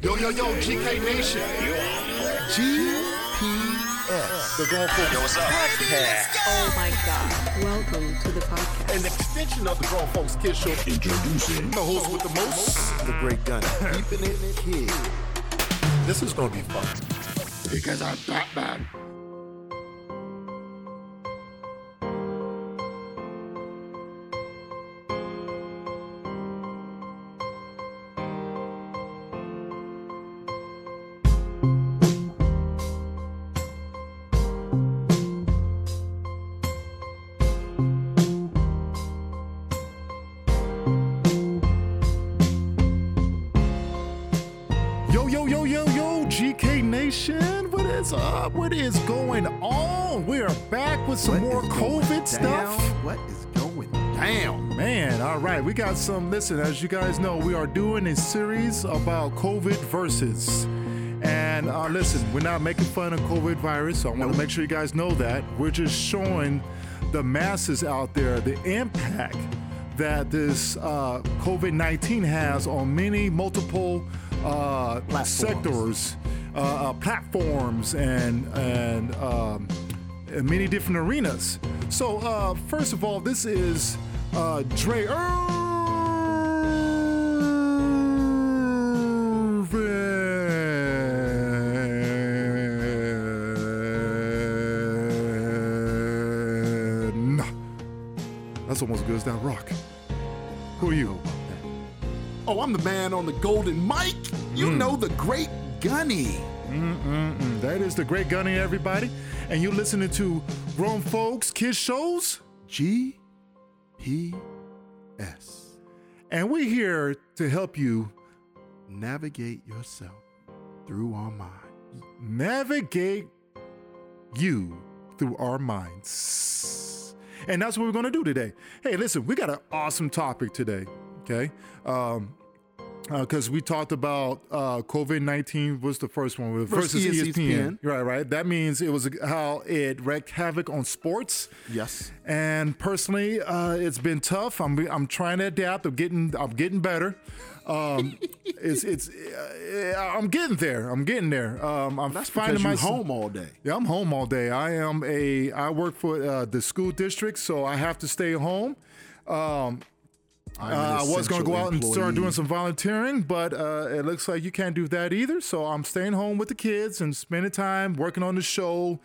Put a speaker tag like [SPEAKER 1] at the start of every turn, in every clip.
[SPEAKER 1] yo, yo, GK Nation.
[SPEAKER 2] GPS. The Grown Folks
[SPEAKER 3] Yo, what's up?
[SPEAKER 2] Podcast.
[SPEAKER 4] Oh my God. Welcome to the podcast.
[SPEAKER 1] An extension of the Grown Folks Kids Show. Introducing the host with the most.
[SPEAKER 2] The Great Gun. Keeping it here.
[SPEAKER 1] This is gonna be fun. Because I'm Batman. Yo, yo, yo, yo, yo, GK Nation. What is up? What is going on? We are back with some more
[SPEAKER 2] What is going
[SPEAKER 1] COVID stuff.
[SPEAKER 2] down? What is going down?
[SPEAKER 1] Damn, man. All right, we got some. Listen, as you guys know, we are doing a series about COVID versus. And uh, listen, we're not making fun of COVID virus. So I want to make sure you guys know that. We're just showing the masses out there the impact that this uh, COVID 19 has on many multiple uh, sectors, uh, uh, platforms, and, and um, in many different arenas. So, uh, first of all, this is uh, Dre Irvin. That's almost as good as that rock. Who are you?
[SPEAKER 2] Oh, I'm the man on the golden mic. You
[SPEAKER 1] Hmm.
[SPEAKER 2] know the Great Gunny.
[SPEAKER 1] That is the great gunny, everybody. And you're listening to Grown Folks Kids Shows.
[SPEAKER 2] GPS.
[SPEAKER 1] And we're here to help you
[SPEAKER 2] Navigate yourself through our mind.
[SPEAKER 1] navigate you through our minds. And that's what we're going to do today. Hey, listen, we got an awesome topic today, okay? Um, because we talked about uh, COVID nineteen was the first one with
[SPEAKER 2] Versus
[SPEAKER 1] versus,
[SPEAKER 2] ESPN.
[SPEAKER 1] ESPN. right? Right. That means it was how it wreaked havoc on sports.
[SPEAKER 2] Yes.
[SPEAKER 1] And personally, uh, it's been tough. I'm I'm trying to adapt. I'm getting I'm getting better. Um, it's it's uh, I'm getting there. I'm getting there. Um, I'm
[SPEAKER 2] That's
[SPEAKER 1] finding
[SPEAKER 2] because you
[SPEAKER 1] my
[SPEAKER 2] home all day.
[SPEAKER 1] Yeah, I'm home all day. I am a I work for uh, the school district, so I have to stay home.
[SPEAKER 2] I'm
[SPEAKER 1] Uh, I
[SPEAKER 2] an
[SPEAKER 1] was going to
[SPEAKER 2] essential
[SPEAKER 1] go out and start
[SPEAKER 2] employee.
[SPEAKER 1] doing some volunteering, but uh, it looks like you can't do that either. So I'm staying home with the kids and spending time working on the show,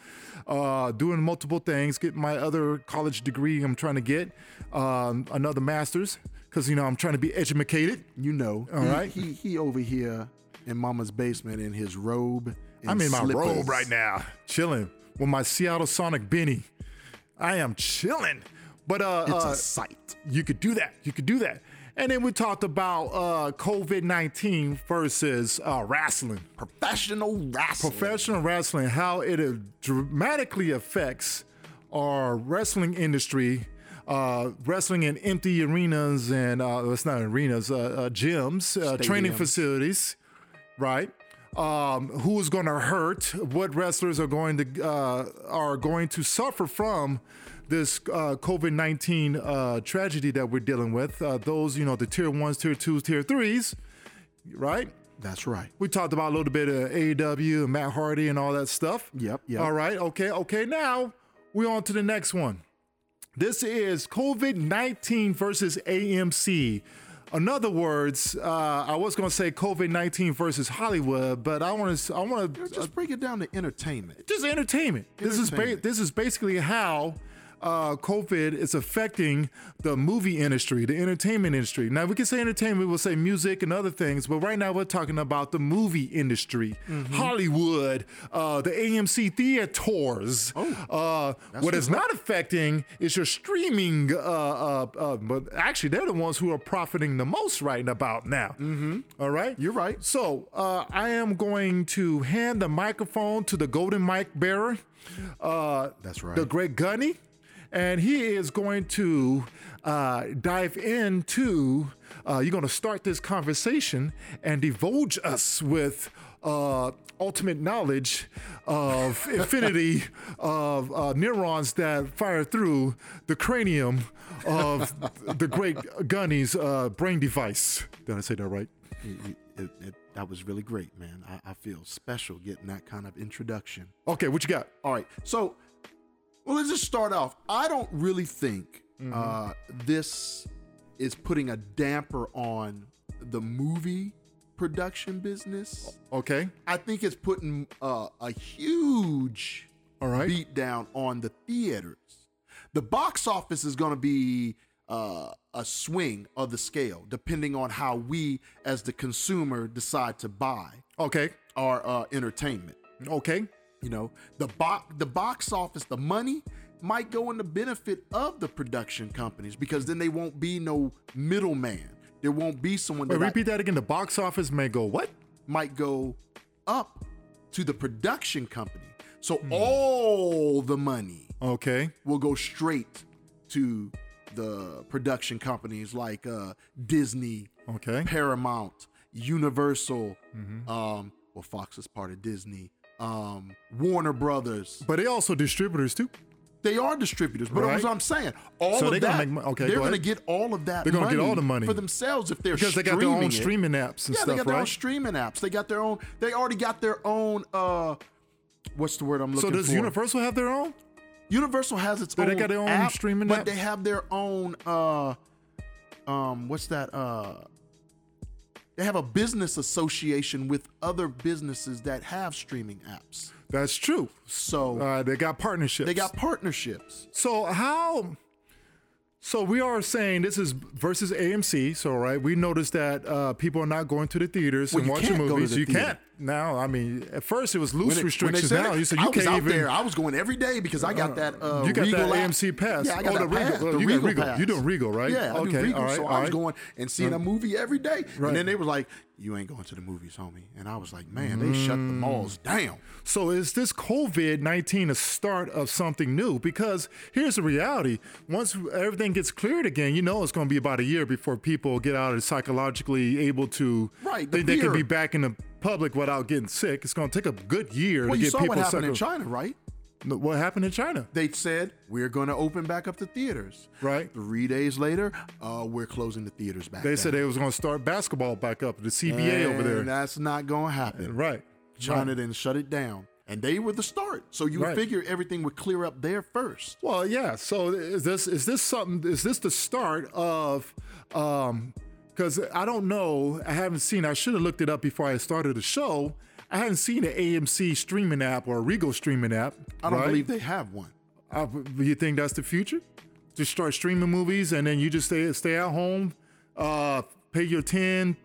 [SPEAKER 1] uh, doing multiple things, getting my other college degree I'm trying to get, um, another master's, because, you know, I'm trying to be educated.
[SPEAKER 2] You know.
[SPEAKER 1] All
[SPEAKER 2] he,
[SPEAKER 1] right.
[SPEAKER 2] He, he over here in mama's basement in his robe. and
[SPEAKER 1] I'm in my robe
[SPEAKER 2] slippers.
[SPEAKER 1] right now, chilling with my Seattle Sonic Benny. I am chilling. But uh,
[SPEAKER 2] It's
[SPEAKER 1] uh,
[SPEAKER 2] a sight.
[SPEAKER 1] you could do that. You could do that. And then we talked about uh, COVID 19 versus uh, wrestling.
[SPEAKER 2] Professional wrestling.
[SPEAKER 1] professional wrestling, how it uh, dramatically affects our wrestling industry, uh, wrestling in empty arenas and uh, well, it's not arenas, uh, uh, gyms, uh, training
[SPEAKER 2] Stadiums.
[SPEAKER 1] facilities, right? Um, who is going to hurt? What wrestlers are going to uh, are going to suffer from this uh, COVID nineteen uh, tragedy that we're dealing with? Uh, those you know, the tier ones, tier twos, tier threes, right?
[SPEAKER 2] That's right.
[SPEAKER 1] We talked about a little bit of AEW and Matt Hardy and all that stuff.
[SPEAKER 2] Yep, yep.
[SPEAKER 1] All right. Okay. Okay. Now we're on to the next one. This is COVID 19 versus AMC. In other words, uh, I was going to say COVID 19 versus Hollywood, but I want to, I want to
[SPEAKER 2] Just break it down to entertainment.
[SPEAKER 1] just entertainment. This is ba-
[SPEAKER 2] Entertainment.
[SPEAKER 1] this is basically how uh, COVID is affecting the movie industry, the entertainment industry. Now we can say entertainment, we'll say music and other things, but right now we're talking about the movie industry, Hollywood, uh, the AMC theaters. uh, what is not affecting is your streaming. Uh, uh, uh, but actually, they're the ones who are profiting the most right about now. Mm-hmm. right,
[SPEAKER 2] You're right.
[SPEAKER 1] so uh, I am going to hand the microphone to the golden mic bearer, uh,
[SPEAKER 2] That's right.
[SPEAKER 1] the great Gunny, and he is going to uh, dive into. Uh, you're going to start this conversation and divulge us with uh, ultimate knowledge of infinity of uh, neurons that fire through the cranium of the great Gunny's uh, brain device. Did I say that right?
[SPEAKER 2] It- it- it- That was really great, man. I, I feel special getting that kind of introduction.
[SPEAKER 1] Okay, what you got?
[SPEAKER 2] All right. So, well, let's just start off. I don't really think uh, this is putting a damper on the movie production business.
[SPEAKER 1] Okay,
[SPEAKER 2] I think it's putting uh, a huge
[SPEAKER 1] all right.
[SPEAKER 2] beat down on the theaters. The box office is going to be uh, a swing of the scale, depending on how we, as the consumer, decide to buy
[SPEAKER 1] Okay,
[SPEAKER 2] our uh, entertainment.
[SPEAKER 1] okay.
[SPEAKER 2] You know, the box the box office, the money might go in the benefit of the production companies because then they won't be no middleman. There won't be someone
[SPEAKER 1] Wait,
[SPEAKER 2] that I-
[SPEAKER 1] repeat that again. The box office may go what?
[SPEAKER 2] might go up to the production company. So
[SPEAKER 1] Hmm.
[SPEAKER 2] all the money
[SPEAKER 1] Okay,
[SPEAKER 2] will go straight to the production companies like uh, Disney,
[SPEAKER 1] okay. Mm-hmm.
[SPEAKER 2] Paramount, Universal, um, well, Fox is part of Disney, um, Warner Brothers.
[SPEAKER 1] But they also distributors too.
[SPEAKER 2] They are distributors, but
[SPEAKER 1] Right.
[SPEAKER 2] that's what I'm saying. All
[SPEAKER 1] So
[SPEAKER 2] of
[SPEAKER 1] they're gonna
[SPEAKER 2] that,
[SPEAKER 1] make mon- okay,
[SPEAKER 2] they're
[SPEAKER 1] go
[SPEAKER 2] going to
[SPEAKER 1] ahead.
[SPEAKER 2] get all of that.
[SPEAKER 1] They're gonna
[SPEAKER 2] going to
[SPEAKER 1] get all the money.
[SPEAKER 2] for themselves if they're
[SPEAKER 1] Because they got
[SPEAKER 2] streaming
[SPEAKER 1] their own
[SPEAKER 2] it.
[SPEAKER 1] streaming apps and
[SPEAKER 2] yeah,
[SPEAKER 1] stuff,
[SPEAKER 2] they got their own
[SPEAKER 1] right?
[SPEAKER 2] streaming apps. They got their own. They already got their own. uh What's the word I'm
[SPEAKER 1] so
[SPEAKER 2] looking
[SPEAKER 1] does
[SPEAKER 2] for?
[SPEAKER 1] Universal have their own?
[SPEAKER 2] Universal has its own.
[SPEAKER 1] they got their own
[SPEAKER 2] app,
[SPEAKER 1] streaming
[SPEAKER 2] but
[SPEAKER 1] app?
[SPEAKER 2] they have their own. uh Um, what's that? Uh, they have a business association with other businesses that have streaming apps.
[SPEAKER 1] That's true.
[SPEAKER 2] So
[SPEAKER 1] Uh, they got partnerships.
[SPEAKER 2] they got partnerships.
[SPEAKER 1] So how? So we are saying this is versus AMC. So right, we noticed that uh, people are not going to the theaters
[SPEAKER 2] Well,
[SPEAKER 1] and
[SPEAKER 2] you
[SPEAKER 1] watching
[SPEAKER 2] can't go to
[SPEAKER 1] movies.
[SPEAKER 2] the
[SPEAKER 1] you
[SPEAKER 2] theater.
[SPEAKER 1] can't now. I mean, at first it was loose
[SPEAKER 2] When it- when they
[SPEAKER 1] restrictions.
[SPEAKER 2] said
[SPEAKER 1] Now
[SPEAKER 2] it,
[SPEAKER 1] you said
[SPEAKER 2] I
[SPEAKER 1] you
[SPEAKER 2] was
[SPEAKER 1] can't
[SPEAKER 2] out
[SPEAKER 1] even.
[SPEAKER 2] there. I was going every day because I got that. Uh,
[SPEAKER 1] you got that
[SPEAKER 2] Regal app.
[SPEAKER 1] AMC pass.
[SPEAKER 2] Yeah, I got
[SPEAKER 1] Oh,
[SPEAKER 2] that
[SPEAKER 1] the Regal.
[SPEAKER 2] pass,
[SPEAKER 1] Oh,
[SPEAKER 2] the
[SPEAKER 1] you got
[SPEAKER 2] Regal
[SPEAKER 1] Regal.
[SPEAKER 2] pass.
[SPEAKER 1] You doing Regal, right?
[SPEAKER 2] Yeah, I
[SPEAKER 1] Okay,
[SPEAKER 2] do Regal.
[SPEAKER 1] all right,
[SPEAKER 2] so
[SPEAKER 1] all
[SPEAKER 2] I was
[SPEAKER 1] right. Uh,
[SPEAKER 2] going and seeing a movie every day.
[SPEAKER 1] Right.
[SPEAKER 2] And then they was like, "You ain't going to the movies, homie." And I was like, "Man, they shut the
[SPEAKER 1] Mm.
[SPEAKER 2] malls down."
[SPEAKER 1] So is this COVID nineteen a start of something new? Because here's the reality: once everything gets cleared again, you know it's going to be about a year before people get out and psychologically able to
[SPEAKER 2] Right, the
[SPEAKER 1] think they can
[SPEAKER 2] fear.
[SPEAKER 1] be back in the public without getting sick. It's going to take a good year
[SPEAKER 2] Well,
[SPEAKER 1] to
[SPEAKER 2] you
[SPEAKER 1] get
[SPEAKER 2] saw
[SPEAKER 1] people
[SPEAKER 2] what happened in
[SPEAKER 1] psycho-
[SPEAKER 2] China, right?
[SPEAKER 1] No, What happened in China?
[SPEAKER 2] They said we're going to open back up the theaters.
[SPEAKER 1] Right.
[SPEAKER 2] Three days later, uh, we're closing the theaters back.
[SPEAKER 1] They said
[SPEAKER 2] down.
[SPEAKER 1] they was going to start basketball back up. The CBA over
[SPEAKER 2] And
[SPEAKER 1] there,
[SPEAKER 2] That's not going to happen.
[SPEAKER 1] right?
[SPEAKER 2] China then shut it down, and they were the start. So you would
[SPEAKER 1] Right.
[SPEAKER 2] figure everything would clear up there first.
[SPEAKER 1] Well, yeah. So is this is this something? Is this the start of? um Because I don't know. I haven't seen. I should have looked it up before I started the show. I haven't seen an AMC streaming app or a Regal streaming app.
[SPEAKER 2] I don't
[SPEAKER 1] right?
[SPEAKER 2] believe they have one.
[SPEAKER 1] I, you think that's the future? Just start streaming movies and then you just stay stay at home, uh, pay your 10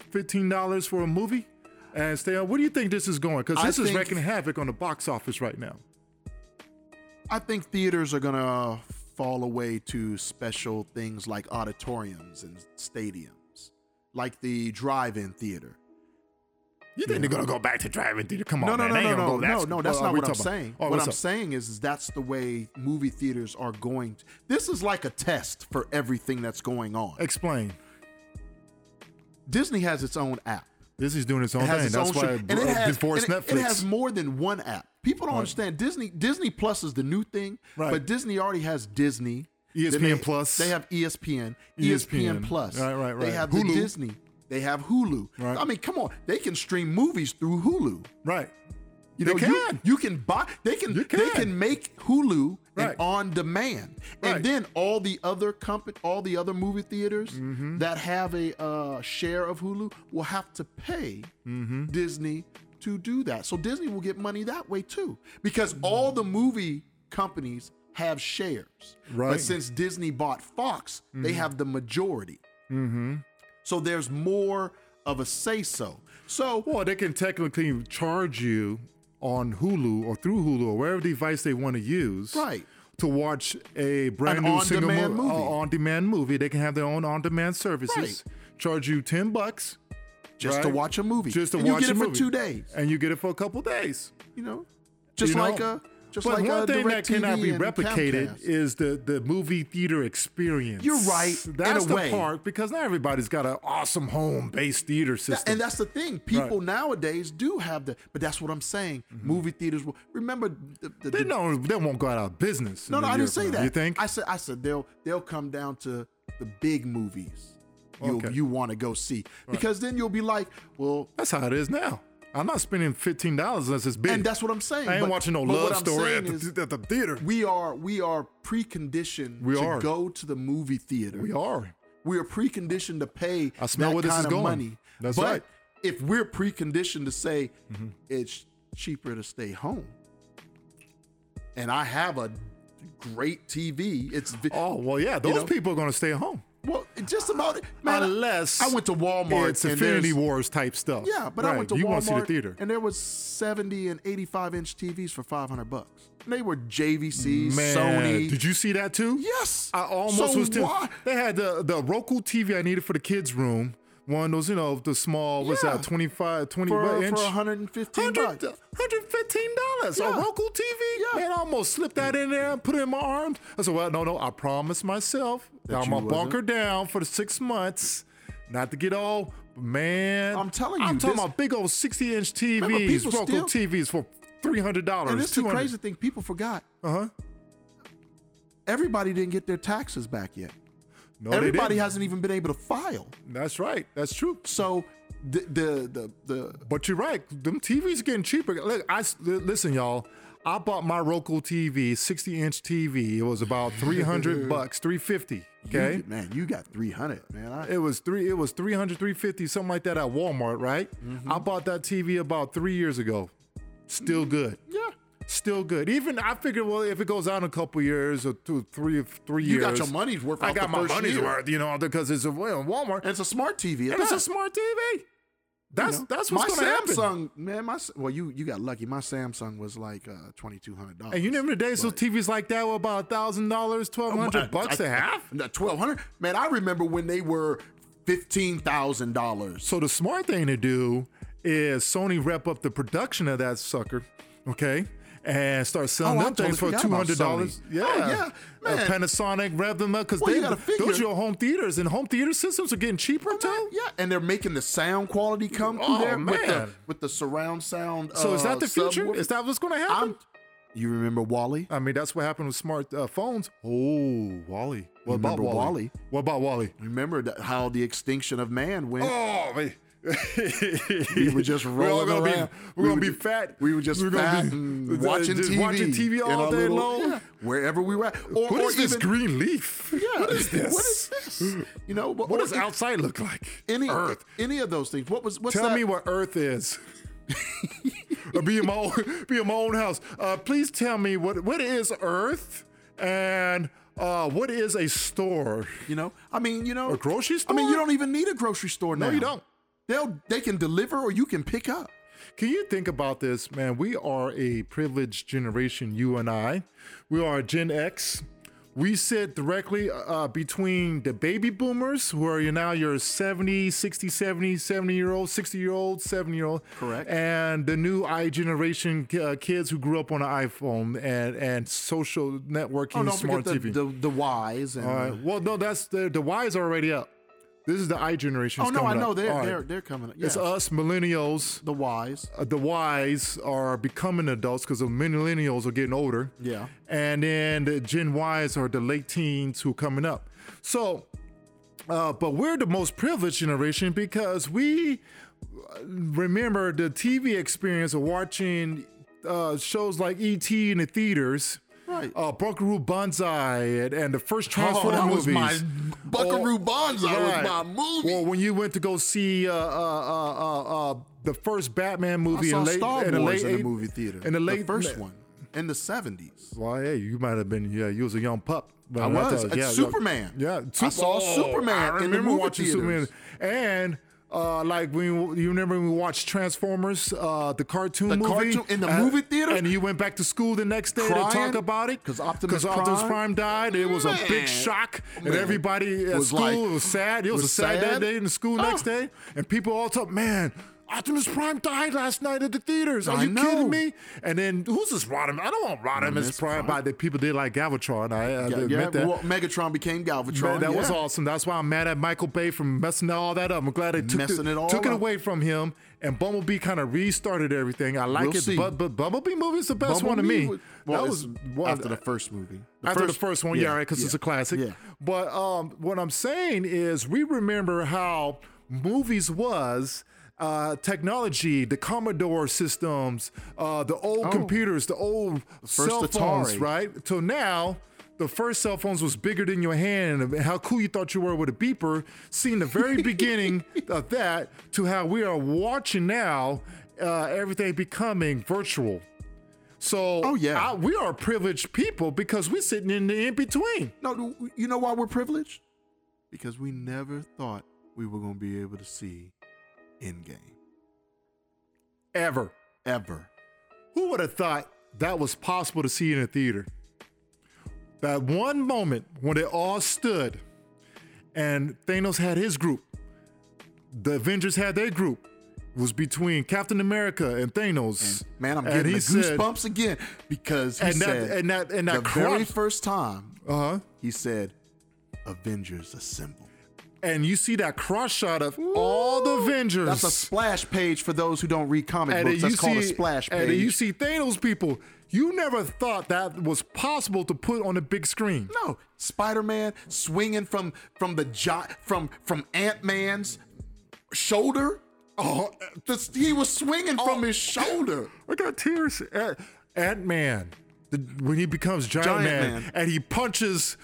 [SPEAKER 1] dollars for a movie, and stay. What do you think this is going? Because
[SPEAKER 2] I
[SPEAKER 1] this is
[SPEAKER 2] think-
[SPEAKER 1] wrecking havoc on the box office right now.
[SPEAKER 2] I think theaters are gonna fall away to special things like auditoriums and stadiums, like the drive-in theater.
[SPEAKER 1] You think they're gonna go back to driving theater? Come on,
[SPEAKER 2] No, no,
[SPEAKER 1] man.
[SPEAKER 2] no,
[SPEAKER 1] They
[SPEAKER 2] no,
[SPEAKER 1] ain't
[SPEAKER 2] no,
[SPEAKER 1] gonna go
[SPEAKER 2] no,
[SPEAKER 1] that-
[SPEAKER 2] no. That's
[SPEAKER 1] Oh,
[SPEAKER 2] not
[SPEAKER 1] we
[SPEAKER 2] what I'm
[SPEAKER 1] talking about-
[SPEAKER 2] saying.
[SPEAKER 1] Oh,
[SPEAKER 2] what
[SPEAKER 1] what's
[SPEAKER 2] I'm
[SPEAKER 1] up?
[SPEAKER 2] saying is, is that's the way movie theaters are going. To, this is like a test for everything that's going on.
[SPEAKER 1] Explain.
[SPEAKER 2] Disney has its own app.
[SPEAKER 1] This is doing its own
[SPEAKER 2] It has
[SPEAKER 1] thing.
[SPEAKER 2] its
[SPEAKER 1] That's
[SPEAKER 2] own
[SPEAKER 1] why
[SPEAKER 2] stream-
[SPEAKER 1] it, bro- divorced
[SPEAKER 2] and it-
[SPEAKER 1] Netflix.
[SPEAKER 2] It has more than one app. People don't understand Disney. Disney Plus is the new thing,
[SPEAKER 1] Right. E
[SPEAKER 2] but Disney already has Disney. Then
[SPEAKER 1] ESPN
[SPEAKER 2] they,
[SPEAKER 1] Plus. E
[SPEAKER 2] They have E ESPN. ESPN,
[SPEAKER 1] ESPN.
[SPEAKER 2] Plus.
[SPEAKER 1] Right, right,
[SPEAKER 2] They
[SPEAKER 1] right.
[SPEAKER 2] have the
[SPEAKER 1] Hulu.
[SPEAKER 2] Disney. They have Hulu.
[SPEAKER 1] Right.
[SPEAKER 2] I mean, come on. They can stream movies through Hulu.
[SPEAKER 1] right.
[SPEAKER 2] You
[SPEAKER 1] They
[SPEAKER 2] know,
[SPEAKER 1] can.
[SPEAKER 2] You, you can buy. They can.
[SPEAKER 1] You
[SPEAKER 2] They
[SPEAKER 1] can.
[SPEAKER 2] can make Hulu
[SPEAKER 1] Right.
[SPEAKER 2] an on demand,
[SPEAKER 1] Right.
[SPEAKER 2] and then all the other company, all the other movie theaters
[SPEAKER 1] Mm-hmm.
[SPEAKER 2] that have a uh, share of Hulu will have to pay
[SPEAKER 1] Mm-hmm.
[SPEAKER 2] Disney to do that. So Disney will get money that way too, because all the movie companies have shares.
[SPEAKER 1] Right. Mm-hmm.
[SPEAKER 2] But since Disney bought Fox, they have the majority. So there's more of a say so. So
[SPEAKER 1] Well, they can technically charge you on Hulu or through Hulu or wherever device they want to use.
[SPEAKER 2] Right.
[SPEAKER 1] To watch a brand new single
[SPEAKER 2] on-demand
[SPEAKER 1] mo-
[SPEAKER 2] movie.
[SPEAKER 1] uh, on-demand movie, they can have their own on-demand services. Charge you ten bucks
[SPEAKER 2] just to
[SPEAKER 1] right?
[SPEAKER 2] watch a movie.
[SPEAKER 1] Just to
[SPEAKER 2] and
[SPEAKER 1] watch
[SPEAKER 2] you get
[SPEAKER 1] a
[SPEAKER 2] it for
[SPEAKER 1] movie.
[SPEAKER 2] two days.
[SPEAKER 1] and you get it for a couple days.
[SPEAKER 2] You know, just
[SPEAKER 1] you know?
[SPEAKER 2] like a just
[SPEAKER 1] but
[SPEAKER 2] like uh,
[SPEAKER 1] one
[SPEAKER 2] a
[SPEAKER 1] thing that
[SPEAKER 2] DirecTV
[SPEAKER 1] cannot be
[SPEAKER 2] and
[SPEAKER 1] replicated
[SPEAKER 2] Comcast.
[SPEAKER 1] is the the movie theater experience.
[SPEAKER 2] You're right, in
[SPEAKER 1] That's
[SPEAKER 2] a
[SPEAKER 1] the
[SPEAKER 2] way.
[SPEAKER 1] part because not everybody's got an awesome home based theater system.
[SPEAKER 2] and that's the thing. People nowadays do have the, but that's what I'm saying. Movie theaters. will Remember, the, the,
[SPEAKER 1] Mm-hmm. they
[SPEAKER 2] the,
[SPEAKER 1] know they won't go out of business. in
[SPEAKER 2] no, no,
[SPEAKER 1] a
[SPEAKER 2] I
[SPEAKER 1] year
[SPEAKER 2] didn't say
[SPEAKER 1] from now.
[SPEAKER 2] that.
[SPEAKER 1] You think?
[SPEAKER 2] I said, I said they'll they'll come down to the big movies, you
[SPEAKER 1] Okay.
[SPEAKER 2] you want to go see because then you'll be like, well,
[SPEAKER 1] That's how it is now. I'm not spending fifteen dollars unless it's big.
[SPEAKER 2] and that's what I'm saying.
[SPEAKER 1] I ain't
[SPEAKER 2] But-
[SPEAKER 1] watching no
[SPEAKER 2] but what
[SPEAKER 1] love
[SPEAKER 2] I'm
[SPEAKER 1] story at
[SPEAKER 2] saying
[SPEAKER 1] the,
[SPEAKER 2] is
[SPEAKER 1] at the theater.
[SPEAKER 2] We are we are preconditioned
[SPEAKER 1] We
[SPEAKER 2] to
[SPEAKER 1] are.
[SPEAKER 2] go to the movie theater.
[SPEAKER 1] We are.
[SPEAKER 2] we are preconditioned to pay
[SPEAKER 1] I smell
[SPEAKER 2] that
[SPEAKER 1] where this
[SPEAKER 2] kind
[SPEAKER 1] is
[SPEAKER 2] of
[SPEAKER 1] going.
[SPEAKER 2] money.
[SPEAKER 1] That's
[SPEAKER 2] but
[SPEAKER 1] right. Mm-hmm.
[SPEAKER 2] if we're preconditioned to say it's cheaper to stay home, and I have a great TV, it's vi-
[SPEAKER 1] Oh well, yeah. Those
[SPEAKER 2] know?
[SPEAKER 1] people are gonna stay home
[SPEAKER 2] well, it's just about it, man. I-
[SPEAKER 1] unless
[SPEAKER 2] I, went to Walmart.
[SPEAKER 1] It's
[SPEAKER 2] and
[SPEAKER 1] Affinity
[SPEAKER 2] there's-
[SPEAKER 1] Wars type stuff.
[SPEAKER 2] Yeah, but I
[SPEAKER 1] Right,
[SPEAKER 2] went to
[SPEAKER 1] you
[SPEAKER 2] Walmart
[SPEAKER 1] want to see the theater?
[SPEAKER 2] and there was seventy and eighty-five inch TVs for five hundred bucks. And they were JVC,
[SPEAKER 1] Man,
[SPEAKER 2] Sony.
[SPEAKER 1] did you see that too?
[SPEAKER 2] Yes.
[SPEAKER 1] I almost
[SPEAKER 2] So
[SPEAKER 1] was. T-
[SPEAKER 2] why-
[SPEAKER 1] they had the the Roku TV I needed for the kids' room. One of those, you know, the small. What's
[SPEAKER 2] Yeah.
[SPEAKER 1] that? 25, 20
[SPEAKER 2] for,
[SPEAKER 1] what
[SPEAKER 2] for
[SPEAKER 1] inch?
[SPEAKER 2] 115
[SPEAKER 1] 100,
[SPEAKER 2] bucks.
[SPEAKER 1] $115
[SPEAKER 2] Yeah.
[SPEAKER 1] a Roku TV?
[SPEAKER 2] Yeah.
[SPEAKER 1] Man, I almost slipped that in there and put it in my arms. I said, well, no, no, I promised myself that I'm
[SPEAKER 2] you
[SPEAKER 1] going to
[SPEAKER 2] wasn't.
[SPEAKER 1] bunker down for the six months, not to get old. Man,
[SPEAKER 2] I'm telling
[SPEAKER 1] I'm
[SPEAKER 2] you,
[SPEAKER 1] talking
[SPEAKER 2] this-
[SPEAKER 1] about big old 60 inch
[SPEAKER 2] Remember,
[SPEAKER 1] TVs,
[SPEAKER 2] people
[SPEAKER 1] Roku
[SPEAKER 2] still-
[SPEAKER 1] TVs for $300.
[SPEAKER 2] And this is the
[SPEAKER 1] 200.
[SPEAKER 2] crazy thing people forgot.
[SPEAKER 1] Uh-huh.
[SPEAKER 2] Everybody didn't get their taxes back yet.
[SPEAKER 1] No, Oh, they
[SPEAKER 2] Everybody
[SPEAKER 1] didn't.
[SPEAKER 2] hasn't even been able to file.
[SPEAKER 1] That's right. That's true.
[SPEAKER 2] So the the the, the
[SPEAKER 1] But you're right. Them TVs getting cheaper. Look, I s- li- listen, y'all. I bought my Roku TV, 60 inch TV. It was about 300 bucks, 350. Okay.
[SPEAKER 2] you- man, you got 300, man. I,
[SPEAKER 1] it was three it was 300 350 something like that at walmart right
[SPEAKER 2] Mm-hmm.
[SPEAKER 1] i bought that tv about three years ago still good
[SPEAKER 2] yeah.
[SPEAKER 1] still good even i figured well if it goes out in a couple years or two three three
[SPEAKER 2] You
[SPEAKER 1] years
[SPEAKER 2] got your money's worth
[SPEAKER 1] i
[SPEAKER 2] off the
[SPEAKER 1] got my
[SPEAKER 2] first
[SPEAKER 1] money's
[SPEAKER 2] year.
[SPEAKER 1] worth you know because it's a well, walmart
[SPEAKER 2] And it's a smart TV. at
[SPEAKER 1] and it's a
[SPEAKER 2] that,
[SPEAKER 1] smart tv
[SPEAKER 2] you
[SPEAKER 1] that's
[SPEAKER 2] know?
[SPEAKER 1] that's what's
[SPEAKER 2] my
[SPEAKER 1] gonna happen
[SPEAKER 2] Samsung, man. My s- well, you you got lucky. My Samsung was like uh, twenty two hundred dollars.
[SPEAKER 1] and you remember the days those tvs like that were about thousand dollars twelve hundred bucks a half
[SPEAKER 2] Twelve hundred, man. I remember when they were fifteen thousand dollars.
[SPEAKER 1] So the smart thing to do is Sony rep up the production of that sucker, okay, and start selling
[SPEAKER 2] Oh, I
[SPEAKER 1] them things
[SPEAKER 2] totally
[SPEAKER 1] for two
[SPEAKER 2] forgot about
[SPEAKER 1] hundred dollars. Uh,
[SPEAKER 2] Sony. Oh, yeah, man.
[SPEAKER 1] Panasonic rev them up because
[SPEAKER 2] Well, you gotta
[SPEAKER 1] they
[SPEAKER 2] figure- Oh,
[SPEAKER 1] those are your home theaters, and home theater systems are getting cheaper too.
[SPEAKER 2] Yeah, and they're making the sound quality come through
[SPEAKER 1] Oh,
[SPEAKER 2] there with the
[SPEAKER 1] man.
[SPEAKER 2] with the surround sound.
[SPEAKER 1] So is
[SPEAKER 2] uh,
[SPEAKER 1] that the future?
[SPEAKER 2] subwoofer.
[SPEAKER 1] Is that what's going to happen?
[SPEAKER 2] I'm, you remember Wally?
[SPEAKER 1] i mean, that's what happened with smart uh, phones. Oh, Wally. What about
[SPEAKER 2] Remember
[SPEAKER 1] Wally?
[SPEAKER 2] Wally?
[SPEAKER 1] What about Wally?
[SPEAKER 2] Remember that, how the extinction of man went?
[SPEAKER 1] Oh, man.
[SPEAKER 2] we were just
[SPEAKER 1] We're all
[SPEAKER 2] rolling
[SPEAKER 1] gonna
[SPEAKER 2] around.
[SPEAKER 1] be we're
[SPEAKER 2] We
[SPEAKER 1] gonna
[SPEAKER 2] were
[SPEAKER 1] be
[SPEAKER 2] ju-
[SPEAKER 1] fat.
[SPEAKER 2] We were just
[SPEAKER 1] We're gonna
[SPEAKER 2] fat
[SPEAKER 1] be-
[SPEAKER 2] and
[SPEAKER 1] uh,
[SPEAKER 2] watching
[SPEAKER 1] just
[SPEAKER 2] TV,
[SPEAKER 1] watching TV
[SPEAKER 2] in
[SPEAKER 1] all
[SPEAKER 2] our
[SPEAKER 1] day
[SPEAKER 2] little-
[SPEAKER 1] long.
[SPEAKER 2] yeah, wherever we were at. Or,
[SPEAKER 1] What
[SPEAKER 2] or
[SPEAKER 1] is this
[SPEAKER 2] even-
[SPEAKER 1] green leaf?
[SPEAKER 2] Yeah,
[SPEAKER 1] What is this?
[SPEAKER 2] What is this? You know, but
[SPEAKER 1] What
[SPEAKER 2] or
[SPEAKER 1] does
[SPEAKER 2] if
[SPEAKER 1] outside look like?
[SPEAKER 2] any
[SPEAKER 1] Earth.
[SPEAKER 2] any of those things? What was what's
[SPEAKER 1] Tell
[SPEAKER 2] that?
[SPEAKER 1] me what Earth is. or be in my own, be in my own house. Uh, please tell me what what is Earth and uh, what is a store?
[SPEAKER 2] You know, I mean, you know,
[SPEAKER 1] A grocery
[SPEAKER 2] I mean, you
[SPEAKER 1] store?
[SPEAKER 2] don't even need a grocery store now.
[SPEAKER 1] No, you don't.
[SPEAKER 2] They'll they can deliver or you can pick up.
[SPEAKER 1] Can you think about this, man? We are a privileged generation, you and I. We are Gen X. We sit directly uh, between the baby boomers, who are your- now your 70, 60, 70, 70 year old, 60 year old, 7 year old.
[SPEAKER 2] Correct.
[SPEAKER 1] And the new I generation uh, kids who grew up on an iPhone and, and social networking,
[SPEAKER 2] Oh, don't
[SPEAKER 1] smart
[SPEAKER 2] forget the,
[SPEAKER 1] TV.
[SPEAKER 2] the the Y's and
[SPEAKER 1] All right. Well, no, that's the, the Y is already up. This is the I generation.
[SPEAKER 2] oh no, I know
[SPEAKER 1] up.
[SPEAKER 2] they're
[SPEAKER 1] All right.
[SPEAKER 2] they're they're coming. up. Yeah,
[SPEAKER 1] It's us, millennials
[SPEAKER 2] the Y's.
[SPEAKER 1] uh, the Ys are becoming adults because the millennials are getting older.
[SPEAKER 2] Yeah.
[SPEAKER 1] And then the Gen Ys are the late teens who are coming up. So, uh, but we're the most privileged generation because we uh, remember the TV experience of watching uh, shows like E.T. in the theaters.
[SPEAKER 2] Right.
[SPEAKER 1] Uh, Buckaroo Banzai and, and the first Transformer
[SPEAKER 2] Oh, that was
[SPEAKER 1] movies.
[SPEAKER 2] my Buckaroo Banzai was my movie.
[SPEAKER 1] Or when you went to go see uh, uh, uh, uh, uh, the first Batman movie
[SPEAKER 2] I saw
[SPEAKER 1] in late
[SPEAKER 2] Star
[SPEAKER 1] in the
[SPEAKER 2] Wars
[SPEAKER 1] late
[SPEAKER 2] in
[SPEAKER 1] eight-
[SPEAKER 2] the movie theater.
[SPEAKER 1] in the late
[SPEAKER 2] first
[SPEAKER 1] ma-
[SPEAKER 2] one in the seventies.
[SPEAKER 1] Well, hey, you might have been. Yeah, you was a young pup. when
[SPEAKER 2] I was.
[SPEAKER 1] thought-
[SPEAKER 2] It's Superman.
[SPEAKER 1] Yeah,
[SPEAKER 2] I saw Superman
[SPEAKER 1] I
[SPEAKER 2] in the
[SPEAKER 1] remember
[SPEAKER 2] movie
[SPEAKER 1] watching Superman,
[SPEAKER 2] theaters.
[SPEAKER 1] and uh, like when you remember when we watched Transformers, uh, the cartoon
[SPEAKER 2] The
[SPEAKER 1] movie
[SPEAKER 2] cartoon- in the
[SPEAKER 1] and-
[SPEAKER 2] movie theater?
[SPEAKER 1] and you went back to school the next day to
[SPEAKER 2] Crying?
[SPEAKER 1] talk about it
[SPEAKER 2] 'Cause Optimus Prime?
[SPEAKER 1] died. It was a
[SPEAKER 2] Man.
[SPEAKER 1] big shock, and
[SPEAKER 2] Man.
[SPEAKER 1] everybody at
[SPEAKER 2] Was
[SPEAKER 1] school
[SPEAKER 2] like-
[SPEAKER 1] was sad. It was,
[SPEAKER 2] was
[SPEAKER 1] a sad,
[SPEAKER 2] sad?
[SPEAKER 1] day in the school next
[SPEAKER 2] Oh.
[SPEAKER 1] day, and people all talk, man. Optimus Prime died last night at the theaters. Are
[SPEAKER 2] I
[SPEAKER 1] you
[SPEAKER 2] know.
[SPEAKER 1] kidding me? And then who's this Rodimus? I don't want Rodimus Prime. By the people did like Galvatron. I, I
[SPEAKER 2] Yeah,
[SPEAKER 1] admit
[SPEAKER 2] yeah,
[SPEAKER 1] that.
[SPEAKER 2] well, Megatron became Galvatron.
[SPEAKER 1] Man, that was
[SPEAKER 2] yeah.
[SPEAKER 1] awesome. That's why I'm mad at Michael Bay for messing all that up. I'm glad they took,
[SPEAKER 2] Messing
[SPEAKER 1] the-
[SPEAKER 2] it all
[SPEAKER 1] took it
[SPEAKER 2] up.
[SPEAKER 1] away from him. And Bumblebee kind of restarted everything. I like
[SPEAKER 2] We'll
[SPEAKER 1] it,
[SPEAKER 2] see.
[SPEAKER 1] but but Bumblebee movie is the best
[SPEAKER 2] Bumblebee
[SPEAKER 1] one to me.
[SPEAKER 2] was- Well,
[SPEAKER 1] that
[SPEAKER 2] was
[SPEAKER 1] was one-
[SPEAKER 2] after the first movie.
[SPEAKER 1] after the first one, yeah, right, because it's a classic.
[SPEAKER 2] Yeah.
[SPEAKER 1] But um, what I'm saying is, we remember how movies was. Uh, technology, the Commodore systems, uh, the old computers, the old cell phones,
[SPEAKER 2] Atari.
[SPEAKER 1] right? Till now, the first cell phones was bigger than your hand, and how cool you thought you were with a beeper. Seeing the very beginning of that to how we are watching now, uh, everything becoming virtual. So,
[SPEAKER 2] Oh, yeah.
[SPEAKER 1] I- we are privileged people because we're sitting in the in between.
[SPEAKER 2] No, do- you know why we're privileged? Because we never thought we were going to be able to see Endgame
[SPEAKER 1] Ever.
[SPEAKER 2] ever.
[SPEAKER 1] Who would have thought that was possible to see in a theater? That one moment when they all stood and Thanos had his group, the Avengers had their group, was between Captain America and Thanos.
[SPEAKER 2] Man, I'm
[SPEAKER 1] And
[SPEAKER 2] getting
[SPEAKER 1] he
[SPEAKER 2] the
[SPEAKER 1] said-
[SPEAKER 2] goosebumps again because he
[SPEAKER 1] And that-
[SPEAKER 2] said
[SPEAKER 1] and that- and that
[SPEAKER 2] the very
[SPEAKER 1] crunch.
[SPEAKER 2] first time
[SPEAKER 1] Uh-huh.
[SPEAKER 2] he said, "Avengers assemble."
[SPEAKER 1] And you see that cross shot of all the Avengers.
[SPEAKER 2] That's a splash page for those who don't read comic
[SPEAKER 1] and then
[SPEAKER 2] books.
[SPEAKER 1] you
[SPEAKER 2] That's called a
[SPEAKER 1] see-
[SPEAKER 2] splash
[SPEAKER 1] And then you
[SPEAKER 2] page.
[SPEAKER 1] see Thanos people. You never thought that was possible to put on a big screen.
[SPEAKER 2] No, Spider-Man swinging from from the jo- from from Ant-Man's shoulder. Oh, the, he was swinging from his shoulder.
[SPEAKER 1] I got tears. Ant Man, when he becomes Giant,
[SPEAKER 2] Giant
[SPEAKER 1] Man,
[SPEAKER 2] Man.
[SPEAKER 1] and he punches.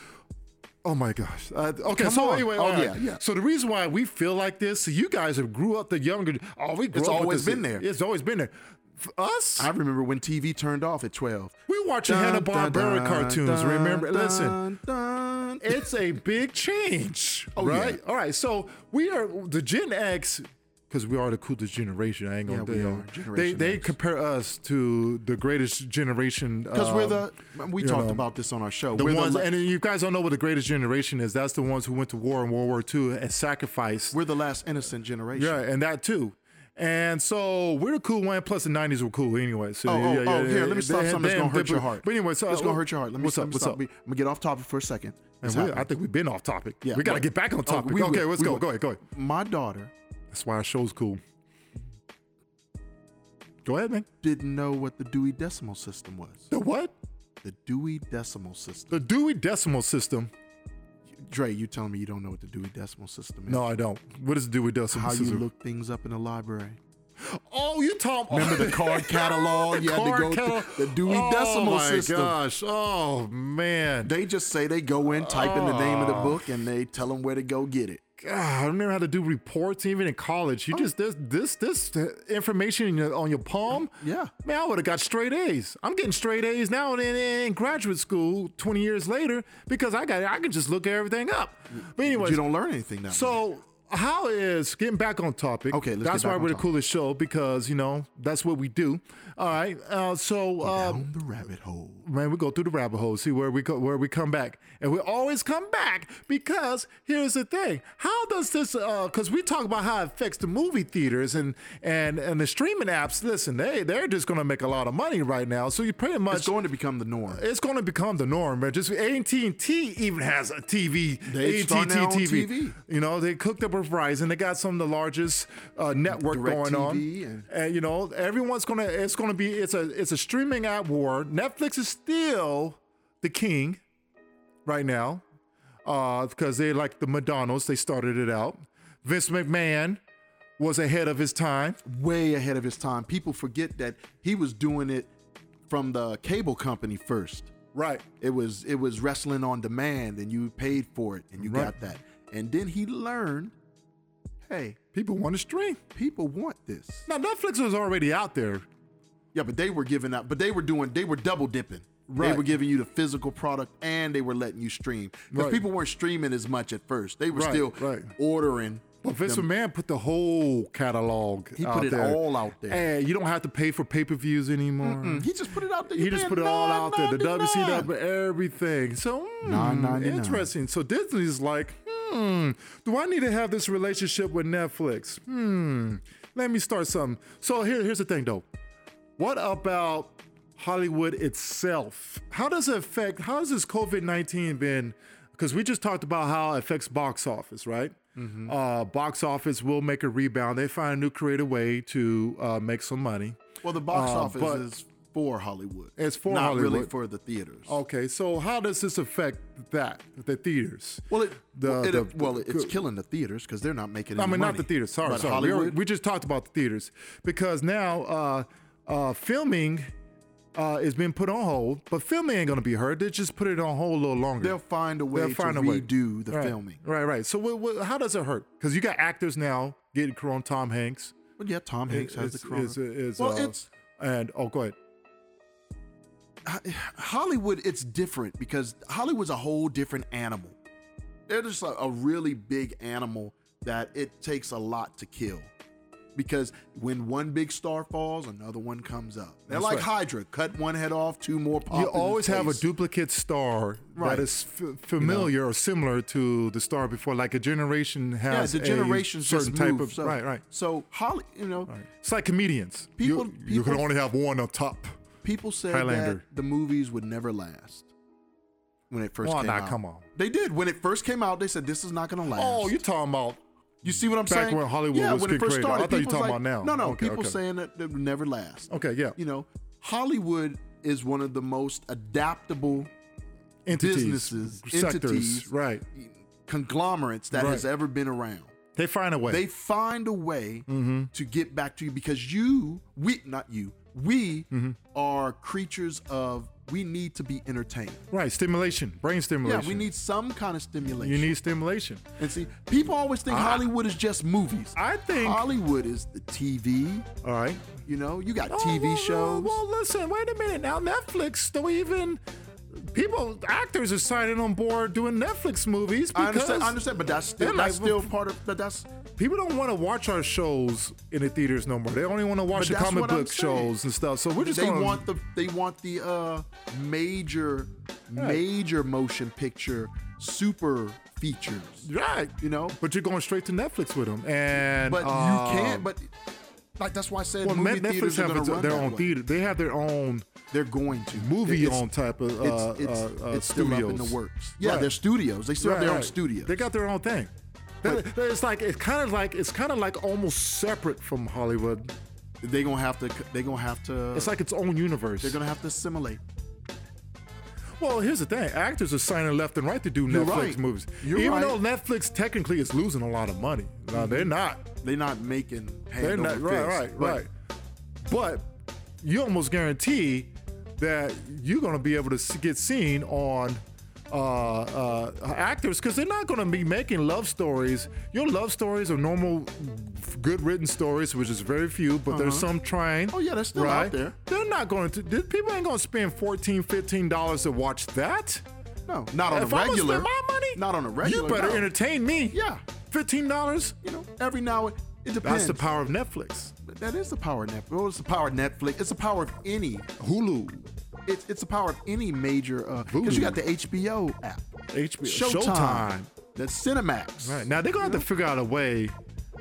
[SPEAKER 1] Oh my gosh. Uh, okay,
[SPEAKER 2] Come
[SPEAKER 1] so
[SPEAKER 2] on.
[SPEAKER 1] anyway,
[SPEAKER 2] Oh,
[SPEAKER 1] all right.
[SPEAKER 2] yeah, yeah.
[SPEAKER 1] So the reason why we feel like this, so you guys have grew up the younger. Oh, we grew
[SPEAKER 2] It's
[SPEAKER 1] up with
[SPEAKER 2] always
[SPEAKER 1] this.
[SPEAKER 2] been there.
[SPEAKER 1] It's always been there. For us,
[SPEAKER 2] I remember when TV turned off at 12.
[SPEAKER 1] we watching
[SPEAKER 2] Dun,
[SPEAKER 1] Hanna
[SPEAKER 2] dun,
[SPEAKER 1] Barbera
[SPEAKER 2] dun,
[SPEAKER 1] cartoons.
[SPEAKER 2] dun,
[SPEAKER 1] Remember, listen,
[SPEAKER 2] dun, dun.
[SPEAKER 1] it's a big change,
[SPEAKER 2] Oh,
[SPEAKER 1] right?
[SPEAKER 2] yeah.
[SPEAKER 1] All right, so we are the Gen X because we are the coolest generation. I ain't gonna
[SPEAKER 2] Yeah, we are.
[SPEAKER 1] do They
[SPEAKER 2] Generation
[SPEAKER 1] they
[SPEAKER 2] X.
[SPEAKER 1] compare us to the greatest generation
[SPEAKER 2] Because we're
[SPEAKER 1] um,
[SPEAKER 2] the, we
[SPEAKER 1] you
[SPEAKER 2] talked
[SPEAKER 1] know,
[SPEAKER 2] about this on our show.
[SPEAKER 1] the
[SPEAKER 2] we're,
[SPEAKER 1] ones,
[SPEAKER 2] the, la-
[SPEAKER 1] and you guys don't know what the greatest generation is. That's the ones who went to war in World War II and sacrificed.
[SPEAKER 2] we're the last innocent generation.
[SPEAKER 1] Yeah, and that too. And so we're the cool one. Plus the '90s were cool anyway. So
[SPEAKER 2] Oh, oh,
[SPEAKER 1] yeah, yeah,
[SPEAKER 2] oh, here,
[SPEAKER 1] yeah.
[SPEAKER 2] let me stop
[SPEAKER 1] They-
[SPEAKER 2] something that's
[SPEAKER 1] they-
[SPEAKER 2] going to hurt
[SPEAKER 1] they-
[SPEAKER 2] your heart.
[SPEAKER 1] But anyway, so
[SPEAKER 2] it's going to hurt your heart. Let me,
[SPEAKER 1] what's
[SPEAKER 2] let
[SPEAKER 1] up?
[SPEAKER 2] me
[SPEAKER 1] What's
[SPEAKER 2] stop.
[SPEAKER 1] up?
[SPEAKER 2] I'm going to get off topic for a second.
[SPEAKER 1] And
[SPEAKER 2] It's
[SPEAKER 1] we- I
[SPEAKER 2] happening.
[SPEAKER 1] think we've been off topic.
[SPEAKER 2] Yeah,
[SPEAKER 1] we got to
[SPEAKER 2] but-
[SPEAKER 1] get back on
[SPEAKER 2] Oh,
[SPEAKER 1] topic.
[SPEAKER 2] we
[SPEAKER 1] okay,
[SPEAKER 2] will,
[SPEAKER 1] let's
[SPEAKER 2] we
[SPEAKER 1] go.
[SPEAKER 2] will.
[SPEAKER 1] Go ahead. Go ahead.
[SPEAKER 2] My daughter
[SPEAKER 1] That's why our show's cool. Go ahead, man.
[SPEAKER 2] didn't know what the Dewey Decimal System was.
[SPEAKER 1] The what?
[SPEAKER 2] The Dewey Decimal System.
[SPEAKER 1] The Dewey Decimal System.
[SPEAKER 2] Dre, you telling me you don't know what the Dewey Decimal System is?
[SPEAKER 1] No, I don't. What is the Dewey Decimal
[SPEAKER 2] How
[SPEAKER 1] System?
[SPEAKER 2] you look things up in the library.
[SPEAKER 1] Oh, you talking?
[SPEAKER 2] Remember the card catalog?
[SPEAKER 1] The
[SPEAKER 2] You had to
[SPEAKER 1] card
[SPEAKER 2] go through
[SPEAKER 1] catalog.
[SPEAKER 2] the Dewey
[SPEAKER 1] oh,
[SPEAKER 2] Decimal System.
[SPEAKER 1] Oh my gosh! Oh man!
[SPEAKER 2] They just say they go in, type in the name of the book, and they tell them where to go get it.
[SPEAKER 1] God, I remember how to do reports even in college. You
[SPEAKER 2] Oh.
[SPEAKER 1] just this this this uh, information in your, on your palm.
[SPEAKER 2] Yeah.
[SPEAKER 1] Man, I would have got straight A's. I'm getting straight A's now in, in, in graduate school 20 years later because I got I can just look everything up. But anyway,
[SPEAKER 2] you don't learn anything that way.
[SPEAKER 1] So how is getting back on topic?
[SPEAKER 2] Okay, let's
[SPEAKER 1] that's
[SPEAKER 2] get back
[SPEAKER 1] why
[SPEAKER 2] on
[SPEAKER 1] we're the
[SPEAKER 2] topic.
[SPEAKER 1] coolest show because you know that's what we do. All right, uh, so um,
[SPEAKER 2] Down the rabbit hole.
[SPEAKER 1] man, we go through the rabbit hole, see where we go, where we come back, and we always come back because here's the thing: how does this? Because we talk about how it affects the movie theaters and and and the streaming apps. Listen, they they're just gonna make a lot of money right now, so you pretty much
[SPEAKER 2] It's going to become the norm.
[SPEAKER 1] it's going to become the norm, man. Just AT and T even has a TV.
[SPEAKER 2] They
[SPEAKER 1] AT&T
[SPEAKER 2] starting their own
[SPEAKER 1] TV.
[SPEAKER 2] TV.
[SPEAKER 1] You know, they cooked up with Verizon. They got some of the largest uh, network going
[SPEAKER 2] DirecTV
[SPEAKER 1] on.
[SPEAKER 2] and-
[SPEAKER 1] And you know, everyone's gonna. It's gonna be. It's a. It's a streaming app war. Netflix is still the king right now because they like the McDonald's. They started it out. Vince McMahon was ahead of his time.
[SPEAKER 2] Way ahead of his time. People forget that he was doing it from the cable company first.
[SPEAKER 1] Right.
[SPEAKER 2] It was it was wrestling on demand, and you paid for it, and you
[SPEAKER 1] Right.
[SPEAKER 2] got that. And then he learned, hey,
[SPEAKER 1] People want to stream.
[SPEAKER 2] people want this.
[SPEAKER 1] Now Netflix was already out there.
[SPEAKER 2] Yeah, but they were giving out, but they were doing, they were double dipping. They
[SPEAKER 1] Right.
[SPEAKER 2] were giving you the physical product and they were letting you stream. Because
[SPEAKER 1] Right.
[SPEAKER 2] people weren't streaming as much at first. They were
[SPEAKER 1] Right,
[SPEAKER 2] still
[SPEAKER 1] right.
[SPEAKER 2] ordering.
[SPEAKER 1] Well, Vince McMahon put the whole catalog.
[SPEAKER 2] He
[SPEAKER 1] out
[SPEAKER 2] put it
[SPEAKER 1] there.
[SPEAKER 2] all out there.
[SPEAKER 1] And you don't have to pay for pay per views anymore.
[SPEAKER 2] He just put it out there.
[SPEAKER 1] He
[SPEAKER 2] You
[SPEAKER 1] just
[SPEAKER 2] paying
[SPEAKER 1] put it all out there. The
[SPEAKER 2] $9.99.
[SPEAKER 1] WCW, everything. So, mm,
[SPEAKER 2] $9.99.
[SPEAKER 1] interesting. So Disney's like, hmm, do I need to have this relationship with Netflix? Hmm, let me start something. So here, here's the thing though. What about Hollywood itself? How does it affect, how has this COVID 19 been? Because we just talked about how it affects box office, right? Uh, box office will make a rebound. They find a new creative way to uh, make some money.
[SPEAKER 2] Well, the box
[SPEAKER 1] Uh,
[SPEAKER 2] office
[SPEAKER 1] but-
[SPEAKER 2] is for Hollywood.
[SPEAKER 1] It's for
[SPEAKER 2] not really
[SPEAKER 1] Hollywood. Oh,
[SPEAKER 2] for the theaters.
[SPEAKER 1] Okay, so how does this affect that, the theaters?
[SPEAKER 2] Well, it,
[SPEAKER 1] The-
[SPEAKER 2] it- uh,
[SPEAKER 1] the-
[SPEAKER 2] well, it's killing the theaters because they're not making.
[SPEAKER 1] I
[SPEAKER 2] any
[SPEAKER 1] mean, not
[SPEAKER 2] money.
[SPEAKER 1] the theaters. Sorry,
[SPEAKER 2] But
[SPEAKER 1] sorry. We, already-
[SPEAKER 2] Hollywood.
[SPEAKER 1] we just talked about the theaters because now uh, uh, filming uh, is being put on hold, but filming ain't gonna be hurt. They just put it on hold a little longer.
[SPEAKER 2] they'll find a way
[SPEAKER 1] They'll
[SPEAKER 2] to redo the
[SPEAKER 1] Right,
[SPEAKER 2] filming.
[SPEAKER 1] Right, right. So what, what, how does it hurt? Because you got actors now getting corona. Tom Hanks
[SPEAKER 2] But yeah, Tom Hanks has the corona.
[SPEAKER 1] is, is,
[SPEAKER 2] well,
[SPEAKER 1] uh,
[SPEAKER 2] it's
[SPEAKER 1] and oh, go ahead.
[SPEAKER 2] Hollywood. It's different because Hollywood's a whole different animal. They're just a, a really big animal that it takes a lot to kill. Because when one big star falls, another one comes up. They're
[SPEAKER 1] That's
[SPEAKER 2] like
[SPEAKER 1] right.
[SPEAKER 2] Hydra: cut one head off, two more pop. in
[SPEAKER 1] You
[SPEAKER 2] the
[SPEAKER 1] always have a
[SPEAKER 2] face.
[SPEAKER 1] duplicate star
[SPEAKER 2] Right.
[SPEAKER 1] that is f- familiar or similar to the star before. Like a generation
[SPEAKER 2] Yeah,
[SPEAKER 1] has
[SPEAKER 2] the
[SPEAKER 1] a
[SPEAKER 2] generations
[SPEAKER 1] certain
[SPEAKER 2] just
[SPEAKER 1] type
[SPEAKER 2] move,
[SPEAKER 1] of
[SPEAKER 2] so,
[SPEAKER 1] right, right.
[SPEAKER 2] So Holly, you know,
[SPEAKER 1] It's like comedians.
[SPEAKER 2] People-
[SPEAKER 1] you, you can
[SPEAKER 2] people-
[SPEAKER 1] only have one up top.
[SPEAKER 2] people said
[SPEAKER 1] Highlander.
[SPEAKER 2] that the movies would never last when it first
[SPEAKER 1] Oh,
[SPEAKER 2] came
[SPEAKER 1] nah,
[SPEAKER 2] out.
[SPEAKER 1] come on.
[SPEAKER 2] They did when it first came out. They said this is not going to last.
[SPEAKER 1] Oh, you're talking about
[SPEAKER 2] you see what I'm
[SPEAKER 1] back
[SPEAKER 2] saying?
[SPEAKER 1] when Hollywood
[SPEAKER 2] yeah,
[SPEAKER 1] was
[SPEAKER 2] when it
[SPEAKER 1] getting
[SPEAKER 2] first
[SPEAKER 1] creative.
[SPEAKER 2] started.
[SPEAKER 1] I thought you were
[SPEAKER 2] people was
[SPEAKER 1] talking
[SPEAKER 2] like-
[SPEAKER 1] about now.
[SPEAKER 2] No, no.
[SPEAKER 1] Okay,
[SPEAKER 2] people
[SPEAKER 1] okay.
[SPEAKER 2] saying that they would never last.
[SPEAKER 1] okay, yeah.
[SPEAKER 2] You know, Hollywood is one of the most adaptable
[SPEAKER 1] Entities,
[SPEAKER 2] businesses,
[SPEAKER 1] sectors,
[SPEAKER 2] entities,
[SPEAKER 1] right?
[SPEAKER 2] conglomerates that
[SPEAKER 1] Right.
[SPEAKER 2] has ever been around.
[SPEAKER 1] They find a way.
[SPEAKER 2] They find a way
[SPEAKER 1] Mm-hmm.
[SPEAKER 2] to get back to you because you, we, not you, we
[SPEAKER 1] Mm-hmm.
[SPEAKER 2] are creatures of. We need to be entertained.
[SPEAKER 1] right, stimulation, brain stimulation.
[SPEAKER 2] Yeah, we need some kind of stimulation.
[SPEAKER 1] You need stimulation.
[SPEAKER 2] and see, people always think Hollywood is just movies.
[SPEAKER 1] I think.
[SPEAKER 2] Hollywood is the TV.
[SPEAKER 1] all right.
[SPEAKER 2] You know, you got
[SPEAKER 1] Oh,
[SPEAKER 2] TV
[SPEAKER 1] well, well,
[SPEAKER 2] shows.
[SPEAKER 1] Well, listen. Wait a minute. Now Netflix. Do we even? People, actors are signing on board doing Netflix movies because
[SPEAKER 2] I understand. I understand, but that's still
[SPEAKER 1] they're
[SPEAKER 2] that's
[SPEAKER 1] like-
[SPEAKER 2] still part of. But that's
[SPEAKER 1] people don't want to watch our shows in the theaters no more. They only want to watch the
[SPEAKER 2] that's
[SPEAKER 1] comic
[SPEAKER 2] what I'm
[SPEAKER 1] book
[SPEAKER 2] saying.
[SPEAKER 1] shows and stuff. So we're just
[SPEAKER 2] they
[SPEAKER 1] gonna,
[SPEAKER 2] want the they want the uh major major motion picture super features.
[SPEAKER 1] right.
[SPEAKER 2] You know,
[SPEAKER 1] But you're going straight to Netflix with them, and uh,
[SPEAKER 2] but you can't. But like that's why I said
[SPEAKER 1] Well,
[SPEAKER 2] movie
[SPEAKER 1] Netflix
[SPEAKER 2] theaters are
[SPEAKER 1] have
[SPEAKER 2] going
[SPEAKER 1] its-
[SPEAKER 2] to run
[SPEAKER 1] their
[SPEAKER 2] that
[SPEAKER 1] own
[SPEAKER 2] way.
[SPEAKER 1] theater. They have their own
[SPEAKER 2] They're going to
[SPEAKER 1] movie
[SPEAKER 2] It's-
[SPEAKER 1] on type of uh,
[SPEAKER 2] it's it's,
[SPEAKER 1] uh, uh,
[SPEAKER 2] it's still
[SPEAKER 1] studios.
[SPEAKER 2] up in the works. Yeah,
[SPEAKER 1] Right.
[SPEAKER 2] they're studios. They still
[SPEAKER 1] Right,
[SPEAKER 2] have their own
[SPEAKER 1] right.
[SPEAKER 2] studios.
[SPEAKER 1] They got their own thing. They- they- it's like it's kind of like it's kind of like almost separate from Hollywood.
[SPEAKER 2] they gonna have to. They gonna have to.
[SPEAKER 1] It's like its own universe.
[SPEAKER 2] they're gonna have to assimilate.
[SPEAKER 1] Well, here's the thing: actors are signing left and right to do Netflix
[SPEAKER 2] right.
[SPEAKER 1] movies,
[SPEAKER 2] You're
[SPEAKER 1] even
[SPEAKER 2] right.
[SPEAKER 1] though Netflix technically is losing a lot of money. No, they're not.
[SPEAKER 2] They're not making hand
[SPEAKER 1] They're not.
[SPEAKER 2] over
[SPEAKER 1] Right,
[SPEAKER 2] fist,
[SPEAKER 1] right,
[SPEAKER 2] but
[SPEAKER 1] right. But you almost guarantee that you're going to be able to s- get seen on uh, uh, actors because they're not going to be making love stories. Your love stories are normal, f- good written stories, which is very few, but there's some trying.
[SPEAKER 2] Oh, yeah, they're still out
[SPEAKER 1] right?
[SPEAKER 2] there.
[SPEAKER 1] They're not going to. th- People ain't going to spend 14 $15 to watch that.
[SPEAKER 2] No, not on
[SPEAKER 1] if
[SPEAKER 2] a
[SPEAKER 1] I'm gonna
[SPEAKER 2] regular.
[SPEAKER 1] spend my money,
[SPEAKER 2] Not on a regular.
[SPEAKER 1] You better
[SPEAKER 2] no.
[SPEAKER 1] entertain me.
[SPEAKER 2] Yeah,
[SPEAKER 1] $15.
[SPEAKER 2] you know, every now and it
[SPEAKER 1] That's
[SPEAKER 2] depends.
[SPEAKER 1] the power of Netflix.
[SPEAKER 2] That is the power of Netflix. Well, it's the power of Netflix. It's the power of any.
[SPEAKER 1] Hulu,
[SPEAKER 2] It's it's the power of any major.
[SPEAKER 1] Voodoo.
[SPEAKER 2] Because you got the HBO app,
[SPEAKER 1] HBO,
[SPEAKER 2] Showtime, the Cinemax.
[SPEAKER 1] Right. Now they're gonna have to figure out a way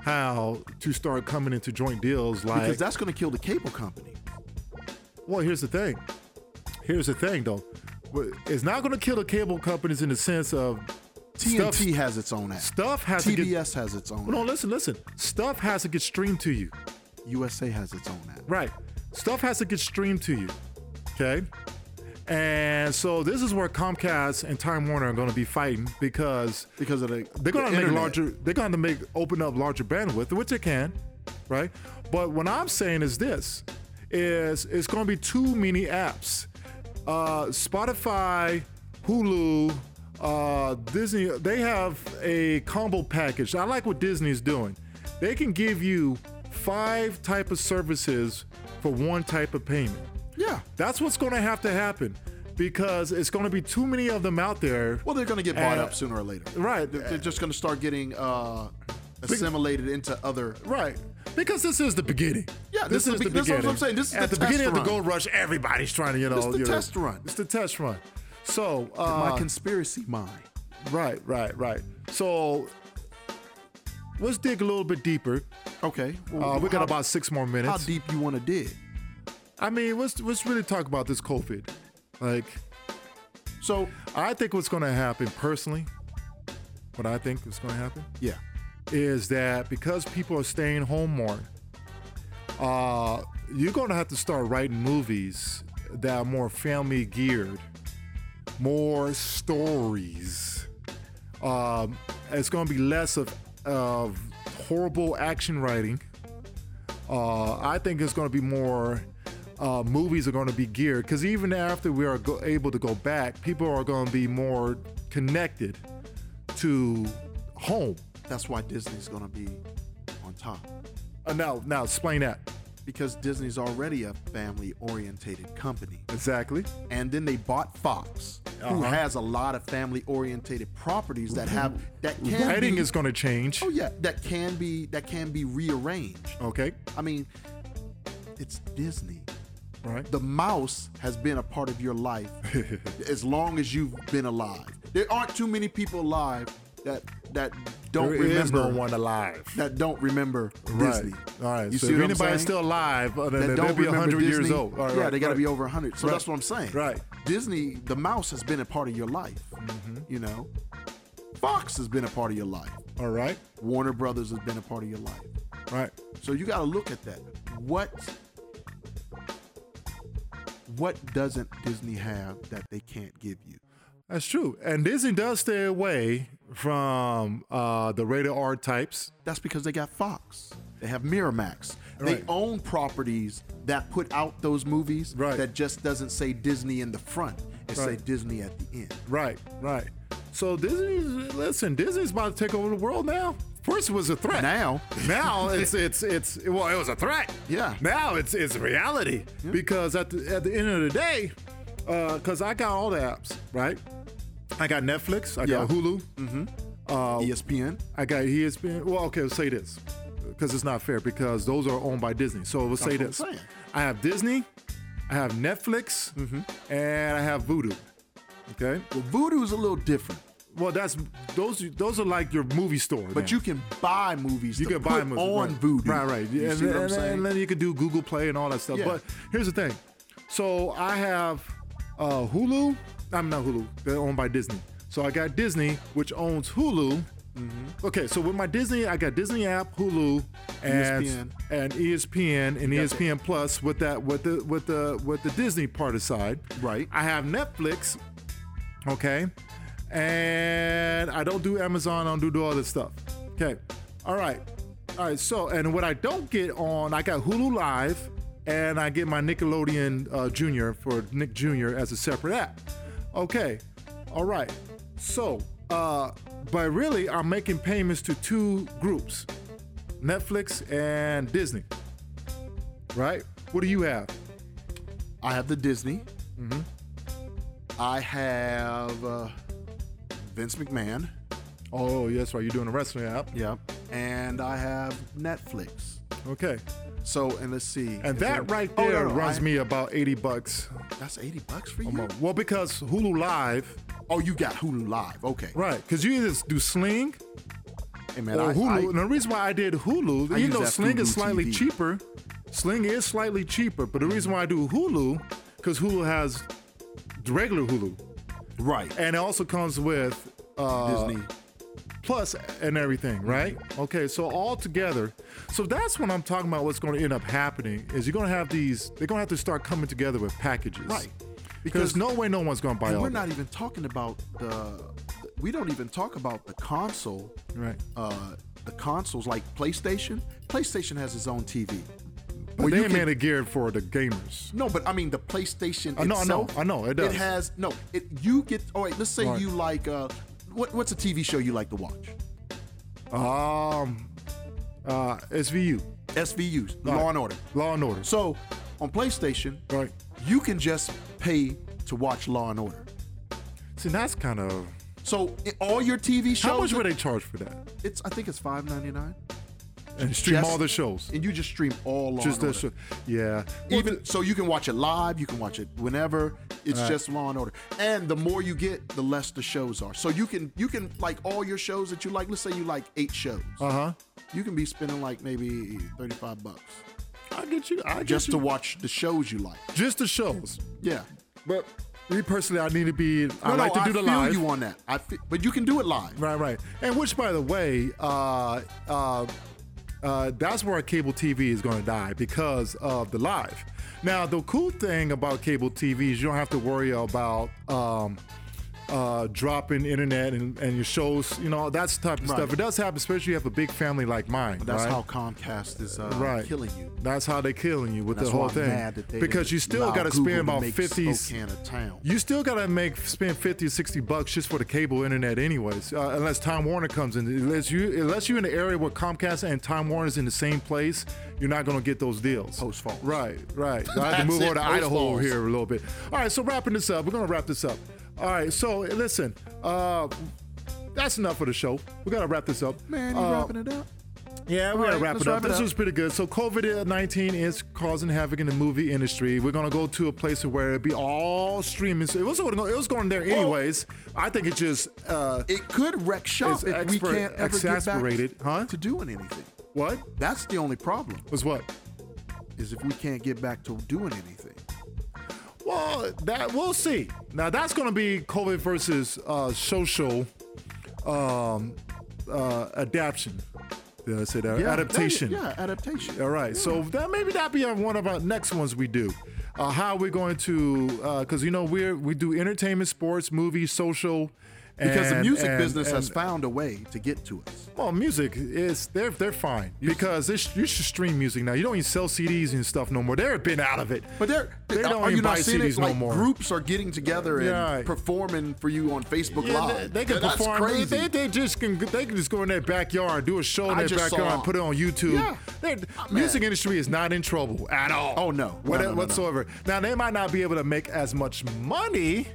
[SPEAKER 1] how to start coming into joint deals like
[SPEAKER 2] Because that's going to kill the cable company.
[SPEAKER 1] well here's the thing. Here's the thing though. Wh- It's not gonna kill the cable companies in the sense of
[SPEAKER 2] TNT
[SPEAKER 1] stuff,
[SPEAKER 2] has its own app.
[SPEAKER 1] stuff has to
[SPEAKER 2] TBS
[SPEAKER 1] get
[SPEAKER 2] has its own.
[SPEAKER 1] no
[SPEAKER 2] app.
[SPEAKER 1] listen, listen. Stuff has to get streamed to you.
[SPEAKER 2] USA has its own app.
[SPEAKER 1] Right. Stuff has to get streamed to you. Okay. And so this is where Comcast and Time Warner are gonna be fighting because
[SPEAKER 2] Because of the
[SPEAKER 1] they're
[SPEAKER 2] the
[SPEAKER 1] gonna make
[SPEAKER 2] internet.
[SPEAKER 1] larger they're gonna make open up larger bandwidth which they can right but what i'm saying is this is it's gonna be too many apps uh spotify hulu uh disney they have a combo package i like what disney's doing they can give you five type of services for one type of payment
[SPEAKER 2] Yeah.
[SPEAKER 1] that's what's gonna have to happen because it's gonna be too many of them out there
[SPEAKER 2] Well, they're going to get bought
[SPEAKER 1] Uh,
[SPEAKER 2] up sooner or later.
[SPEAKER 1] right.
[SPEAKER 2] They're, they're just going to start getting uh, assimilated into other.
[SPEAKER 1] Right. Because this is the beginning.
[SPEAKER 2] Yeah, this is the be- that's what I'm saying. This is
[SPEAKER 1] At
[SPEAKER 2] the
[SPEAKER 1] the,
[SPEAKER 2] test
[SPEAKER 1] beginning of
[SPEAKER 2] run.
[SPEAKER 1] the gold rush, everybody's trying to, you know,
[SPEAKER 2] It's the
[SPEAKER 1] you know,
[SPEAKER 2] test run.
[SPEAKER 1] It's the test run. So, uh,
[SPEAKER 2] my conspiracy mind.
[SPEAKER 1] right, right, right. So let's dig a little bit deeper.
[SPEAKER 2] Okay. well,
[SPEAKER 1] Uh, we got
[SPEAKER 2] how-
[SPEAKER 1] about six more minutes.
[SPEAKER 2] How deep you want to dig?
[SPEAKER 1] I mean, let's let's really talk about this COVID. Like,
[SPEAKER 2] So
[SPEAKER 1] I think what's going to happen personally, what I think is going to happen,
[SPEAKER 2] yeah,
[SPEAKER 1] is that because people are staying home more, uh, you're going to have to start writing movies that are more family geared, more stories. Um, it's going to be less of, of horrible action writing. Uh, I think it's going to be more. Uh, movies are going to be geared because even after we are go- able to go back, people are going to be more connected to home.
[SPEAKER 2] that's why Disney's gonna be on top
[SPEAKER 1] Uh, now, now explain that.
[SPEAKER 2] because Disney's already a family-orientated company,
[SPEAKER 1] Exactly.
[SPEAKER 2] and then they bought Fox, who
[SPEAKER 1] Uh-huh.
[SPEAKER 2] has a lot of family-orientated properties that have that can
[SPEAKER 1] Writing
[SPEAKER 2] be,
[SPEAKER 1] is going to change.
[SPEAKER 2] oh yeah that can be that can be rearranged.
[SPEAKER 1] Okay.
[SPEAKER 2] I mean, it's Disney.
[SPEAKER 1] Right.
[SPEAKER 2] The mouse has been a part of your life as long as you've been alive. There aren't too many people alive that that don't
[SPEAKER 1] There is
[SPEAKER 2] remember
[SPEAKER 1] no one alive.
[SPEAKER 2] that don't remember
[SPEAKER 1] Right.
[SPEAKER 2] Disney.
[SPEAKER 1] All right.
[SPEAKER 2] You
[SPEAKER 1] so
[SPEAKER 2] see
[SPEAKER 1] if
[SPEAKER 2] what I'm saying?
[SPEAKER 1] anybody's still alive, uh,
[SPEAKER 2] that
[SPEAKER 1] then they'll
[SPEAKER 2] don't
[SPEAKER 1] be
[SPEAKER 2] remember
[SPEAKER 1] 100
[SPEAKER 2] Disney,
[SPEAKER 1] years old. All
[SPEAKER 2] yeah,
[SPEAKER 1] right,
[SPEAKER 2] they got to
[SPEAKER 1] right.
[SPEAKER 2] be over 100. So
[SPEAKER 1] Right.
[SPEAKER 2] that's what I'm saying.
[SPEAKER 1] Right. Mm-hmm.
[SPEAKER 2] Disney, the mouse has been a part of your life. You know, Fox has been a part of your life.
[SPEAKER 1] All right.
[SPEAKER 2] Warner Brothers has been a part of your life.
[SPEAKER 1] Right.
[SPEAKER 2] So you got to look at that. What what doesn't Disney have that they can't give you?
[SPEAKER 1] That's true. And Disney does stay away from uh, the rated R types.
[SPEAKER 2] That's because they got Fox. They have Miramax. They
[SPEAKER 1] Right.
[SPEAKER 2] own properties that put out those movies
[SPEAKER 1] Right.
[SPEAKER 2] that just doesn't say Disney in the front. It say
[SPEAKER 1] Right.
[SPEAKER 2] Disney at the end.
[SPEAKER 1] Right. Right. So Disney's listen. Disney's about to take over the world now. First it was a threat.
[SPEAKER 2] Now,
[SPEAKER 1] now it's it's it's well it was a threat
[SPEAKER 2] Yeah.
[SPEAKER 1] now it's it's reality because at the, at the end of the day because i got all the apps right i got netflix i got
[SPEAKER 2] Yeah. Mm-hmm.
[SPEAKER 1] hulu Oh.
[SPEAKER 2] E ESPN.
[SPEAKER 1] i got E espn well okay let's say this because it's not fair because those are owned by disney so let's say
[SPEAKER 2] That's
[SPEAKER 1] this
[SPEAKER 2] what I'm saying. Mm-hmm.
[SPEAKER 1] i have disney i have netflix and i have voodoo okay
[SPEAKER 2] Well, Voodoo is a little different,
[SPEAKER 1] well that's those those are like your movie store
[SPEAKER 2] but you can buy movies.
[SPEAKER 1] You
[SPEAKER 2] to
[SPEAKER 1] can buy
[SPEAKER 2] put
[SPEAKER 1] them
[SPEAKER 2] on
[SPEAKER 1] right.
[SPEAKER 2] Voodoo.
[SPEAKER 1] Right, right.
[SPEAKER 2] You
[SPEAKER 1] and,
[SPEAKER 2] see what I'm
[SPEAKER 1] and-
[SPEAKER 2] saying?
[SPEAKER 1] and then you can do Google Play and all that stuff.
[SPEAKER 2] Yeah.
[SPEAKER 1] But here's the thing. So I have uh, Hulu. I'm not Hulu. They're owned by Disney. So I got Disney, which owns Hulu.
[SPEAKER 2] Mm-hmm.
[SPEAKER 1] Okay, so with my Disney, I got Disney app, Hulu, and
[SPEAKER 2] ESPN.
[SPEAKER 1] and E ESPN and
[SPEAKER 2] That's it.
[SPEAKER 1] ESPN Plus with that with the with the with the Disney part aside.
[SPEAKER 2] Right.
[SPEAKER 1] I have Netflix, Okay. And I don't do Amazon, I don't do all this stuff. Okay. All right. All right. So, and what I don't get on, I got Hulu Live and I get my Nickelodeon uh, Junior for Nick Jr. as a separate app. Okay. All right. So, uh, but really, I'm making payments to two groups Netflix and Disney. Right? What do you have?
[SPEAKER 2] I have the Disney.
[SPEAKER 1] Mm-hmm.
[SPEAKER 2] I have uh, Vince McMahon.
[SPEAKER 1] Oh, yes, right. You're doing a wrestling app.
[SPEAKER 2] Yep. And I have Netflix.
[SPEAKER 1] Okay.
[SPEAKER 2] So and let's see.
[SPEAKER 1] And
[SPEAKER 2] is there-
[SPEAKER 1] that right
[SPEAKER 2] Oh, no,
[SPEAKER 1] there
[SPEAKER 2] no,
[SPEAKER 1] runs
[SPEAKER 2] I-
[SPEAKER 1] me about 80 bucks
[SPEAKER 2] That's eighty bucks for you.
[SPEAKER 1] a month. Well, because Hulu Live,
[SPEAKER 2] Oh, you got Hulu Live. Okay.
[SPEAKER 1] right? Because you either do Sling
[SPEAKER 2] Hey man,
[SPEAKER 1] or
[SPEAKER 2] I,
[SPEAKER 1] Hulu.
[SPEAKER 2] I-
[SPEAKER 1] and the reason why I did Hulu,
[SPEAKER 2] I
[SPEAKER 1] even
[SPEAKER 2] use
[SPEAKER 1] though
[SPEAKER 2] that
[SPEAKER 1] Sling is
[SPEAKER 2] Fubo
[SPEAKER 1] slightly
[SPEAKER 2] TV.
[SPEAKER 1] cheaper, Sling is slightly cheaper. But the reason why I do Hulu, because Hulu has the regular Hulu,
[SPEAKER 2] right.
[SPEAKER 1] and it also comes with uh,
[SPEAKER 2] Disney.
[SPEAKER 1] Plus and everything, right? Okay, so all together. So that's what I'm talking about. What's going to end up happening is you're going to have these. They're going to have to start coming together with packages,
[SPEAKER 2] Right.
[SPEAKER 1] Because no way no one's going to buy
[SPEAKER 2] And
[SPEAKER 1] all
[SPEAKER 2] we're
[SPEAKER 1] that.
[SPEAKER 2] not even talking about the. We don't even talk about the console.
[SPEAKER 1] Right.
[SPEAKER 2] Uh, the consoles like PlayStation. PlayStation has its own TV.
[SPEAKER 1] But
[SPEAKER 2] Where
[SPEAKER 1] they
[SPEAKER 2] you
[SPEAKER 1] ain't
[SPEAKER 2] can-
[SPEAKER 1] mainly geared for the gamers.
[SPEAKER 2] No, but I mean the PlayStation
[SPEAKER 1] I know, I know,
[SPEAKER 2] itself.
[SPEAKER 1] I know, it does.
[SPEAKER 2] It has no. It you get. All right. Let's say
[SPEAKER 1] Right.
[SPEAKER 2] you like. Uh, what what's a TV show you like to watch?
[SPEAKER 1] Um, uh, SVU,
[SPEAKER 2] SVUs, Law
[SPEAKER 1] Right.
[SPEAKER 2] and Order.
[SPEAKER 1] Law and Order.
[SPEAKER 2] So on PlayStation,
[SPEAKER 1] Right.
[SPEAKER 2] you can just pay to watch Law and Order.
[SPEAKER 1] See, that's kind of.
[SPEAKER 2] So i- all your TV shows.
[SPEAKER 1] How much would they charge for that?
[SPEAKER 2] It's I think it's five ninety nine,
[SPEAKER 1] And stream
[SPEAKER 2] Just-
[SPEAKER 1] all the shows.
[SPEAKER 2] and you just stream all Law
[SPEAKER 1] Just
[SPEAKER 2] and
[SPEAKER 1] that
[SPEAKER 2] Order.
[SPEAKER 1] show. Yeah. Well,
[SPEAKER 2] Even so, you can watch it live. You can watch it whenever. It's just Law and Order. And the more you get, the less the shows are. So you can you can like all your shows that you like. Let's say you like eight shows.
[SPEAKER 1] Uh huh.
[SPEAKER 2] You can be spending like maybe thirty five bucks
[SPEAKER 1] I get you. I get
[SPEAKER 2] just
[SPEAKER 1] you.
[SPEAKER 2] to watch the shows you like.
[SPEAKER 1] just the shows.
[SPEAKER 2] Yeah.
[SPEAKER 1] But me personally, I need to be. I
[SPEAKER 2] No, no,
[SPEAKER 1] like to do the
[SPEAKER 2] feel
[SPEAKER 1] live.
[SPEAKER 2] you on that. I feel, but you can do it live.
[SPEAKER 1] Right, right. And which, by the way, uh, uh, uh, that's where cable TV is going to die because of the live. Now, the cool thing about cable TV is you don't have to worry about um, uh, dropping internet and, and your shows, you know, that's the type of stuff.
[SPEAKER 2] Right.
[SPEAKER 1] It does happen, especially if you have a big family like mine.
[SPEAKER 2] That's
[SPEAKER 1] right?
[SPEAKER 2] how Comcast is uh,
[SPEAKER 1] right.
[SPEAKER 2] killing you.
[SPEAKER 1] That's how they're killing you with
[SPEAKER 2] That's
[SPEAKER 1] the whole
[SPEAKER 2] why I'm
[SPEAKER 1] thing.
[SPEAKER 2] mad that they
[SPEAKER 1] because
[SPEAKER 2] didn't
[SPEAKER 1] you still
[SPEAKER 2] allow
[SPEAKER 1] got to
[SPEAKER 2] Google
[SPEAKER 1] spend about
[SPEAKER 2] make
[SPEAKER 1] 50
[SPEAKER 2] Spokane a town.
[SPEAKER 1] You still gotta make spend 50 or 60 bucks just for the cable internet, anyways. Uh, unless Time Warner comes in, unless you unless you're in the area where Comcast and Time Warner is in the same place, you're not gonna get those deals.
[SPEAKER 2] Post Falls.
[SPEAKER 1] Right, right. I have to
[SPEAKER 2] That's
[SPEAKER 1] move
[SPEAKER 2] it,
[SPEAKER 1] over to
[SPEAKER 2] Post
[SPEAKER 1] Idaho
[SPEAKER 2] Falls.
[SPEAKER 1] here a little bit. All right, so wrapping this up, we're gonna wrap this up. All right, so listen, uh, that's enough for the show. We gotta wrap this up.
[SPEAKER 2] Man, you
[SPEAKER 1] Uh,
[SPEAKER 2] wrapping it up?
[SPEAKER 1] yeah, we
[SPEAKER 2] All
[SPEAKER 1] gotta
[SPEAKER 2] right,
[SPEAKER 1] wrap it
[SPEAKER 2] let's
[SPEAKER 1] up.
[SPEAKER 2] wrap it
[SPEAKER 1] this
[SPEAKER 2] up.
[SPEAKER 1] was pretty good. So COVID nineteen is causing havoc in the movie industry. We're gonna go to a place where it'd be all streaming. So it was going, it was going there anyways. I think it just uh,
[SPEAKER 2] It could wreck
[SPEAKER 1] It's
[SPEAKER 2] shop if we
[SPEAKER 1] expert-
[SPEAKER 2] can't ever get
[SPEAKER 1] exasperated,
[SPEAKER 2] back
[SPEAKER 1] huh?
[SPEAKER 2] to doing anything.
[SPEAKER 1] what
[SPEAKER 2] That's the only problem
[SPEAKER 1] was what?
[SPEAKER 2] is if we can't get back to doing anything.
[SPEAKER 1] Well, that we'll see. Now that's gonna be COVID versus uh, social um, uh, adaptation. Did I say that?
[SPEAKER 2] Yeah,
[SPEAKER 1] adaptation.
[SPEAKER 2] Yeah, adaptation.
[SPEAKER 1] All right. So
[SPEAKER 2] Hmm.
[SPEAKER 1] that maybe that be on one of our next ones we do. Uh, how we're going to because you know we're we do entertainment, sports, movies, social.
[SPEAKER 2] Because the
[SPEAKER 1] and-
[SPEAKER 2] music
[SPEAKER 1] and-
[SPEAKER 2] business has
[SPEAKER 1] and-
[SPEAKER 2] found a way to get to us.
[SPEAKER 1] well, music is they're they're fine because it's, you should stream music now. You don't even sell CDs and stuff no more. They've been out of it.
[SPEAKER 2] But they're,
[SPEAKER 1] They don't
[SPEAKER 2] are
[SPEAKER 1] even
[SPEAKER 2] you not
[SPEAKER 1] buy
[SPEAKER 2] seeing
[SPEAKER 1] CDs
[SPEAKER 2] it?
[SPEAKER 1] no
[SPEAKER 2] Like
[SPEAKER 1] more.
[SPEAKER 2] groups are getting together and
[SPEAKER 1] Yeah.
[SPEAKER 2] performing for you on Facebook
[SPEAKER 1] Yeah, they,
[SPEAKER 2] Live.
[SPEAKER 1] they can
[SPEAKER 2] That's
[SPEAKER 1] perform.
[SPEAKER 2] crazy.
[SPEAKER 1] They, they, they just can. They can just go in their backyard, do a show in
[SPEAKER 2] I
[SPEAKER 1] their
[SPEAKER 2] just
[SPEAKER 1] backyard,
[SPEAKER 2] saw-
[SPEAKER 1] and put it on YouTube.
[SPEAKER 2] Yeah.
[SPEAKER 1] Their
[SPEAKER 2] I'm
[SPEAKER 1] music
[SPEAKER 2] mad.
[SPEAKER 1] industry is not in trouble at all.
[SPEAKER 2] Oh, no. No,
[SPEAKER 1] What-
[SPEAKER 2] no, no, no.
[SPEAKER 1] whatsoever. Now they might not be able to make as much money,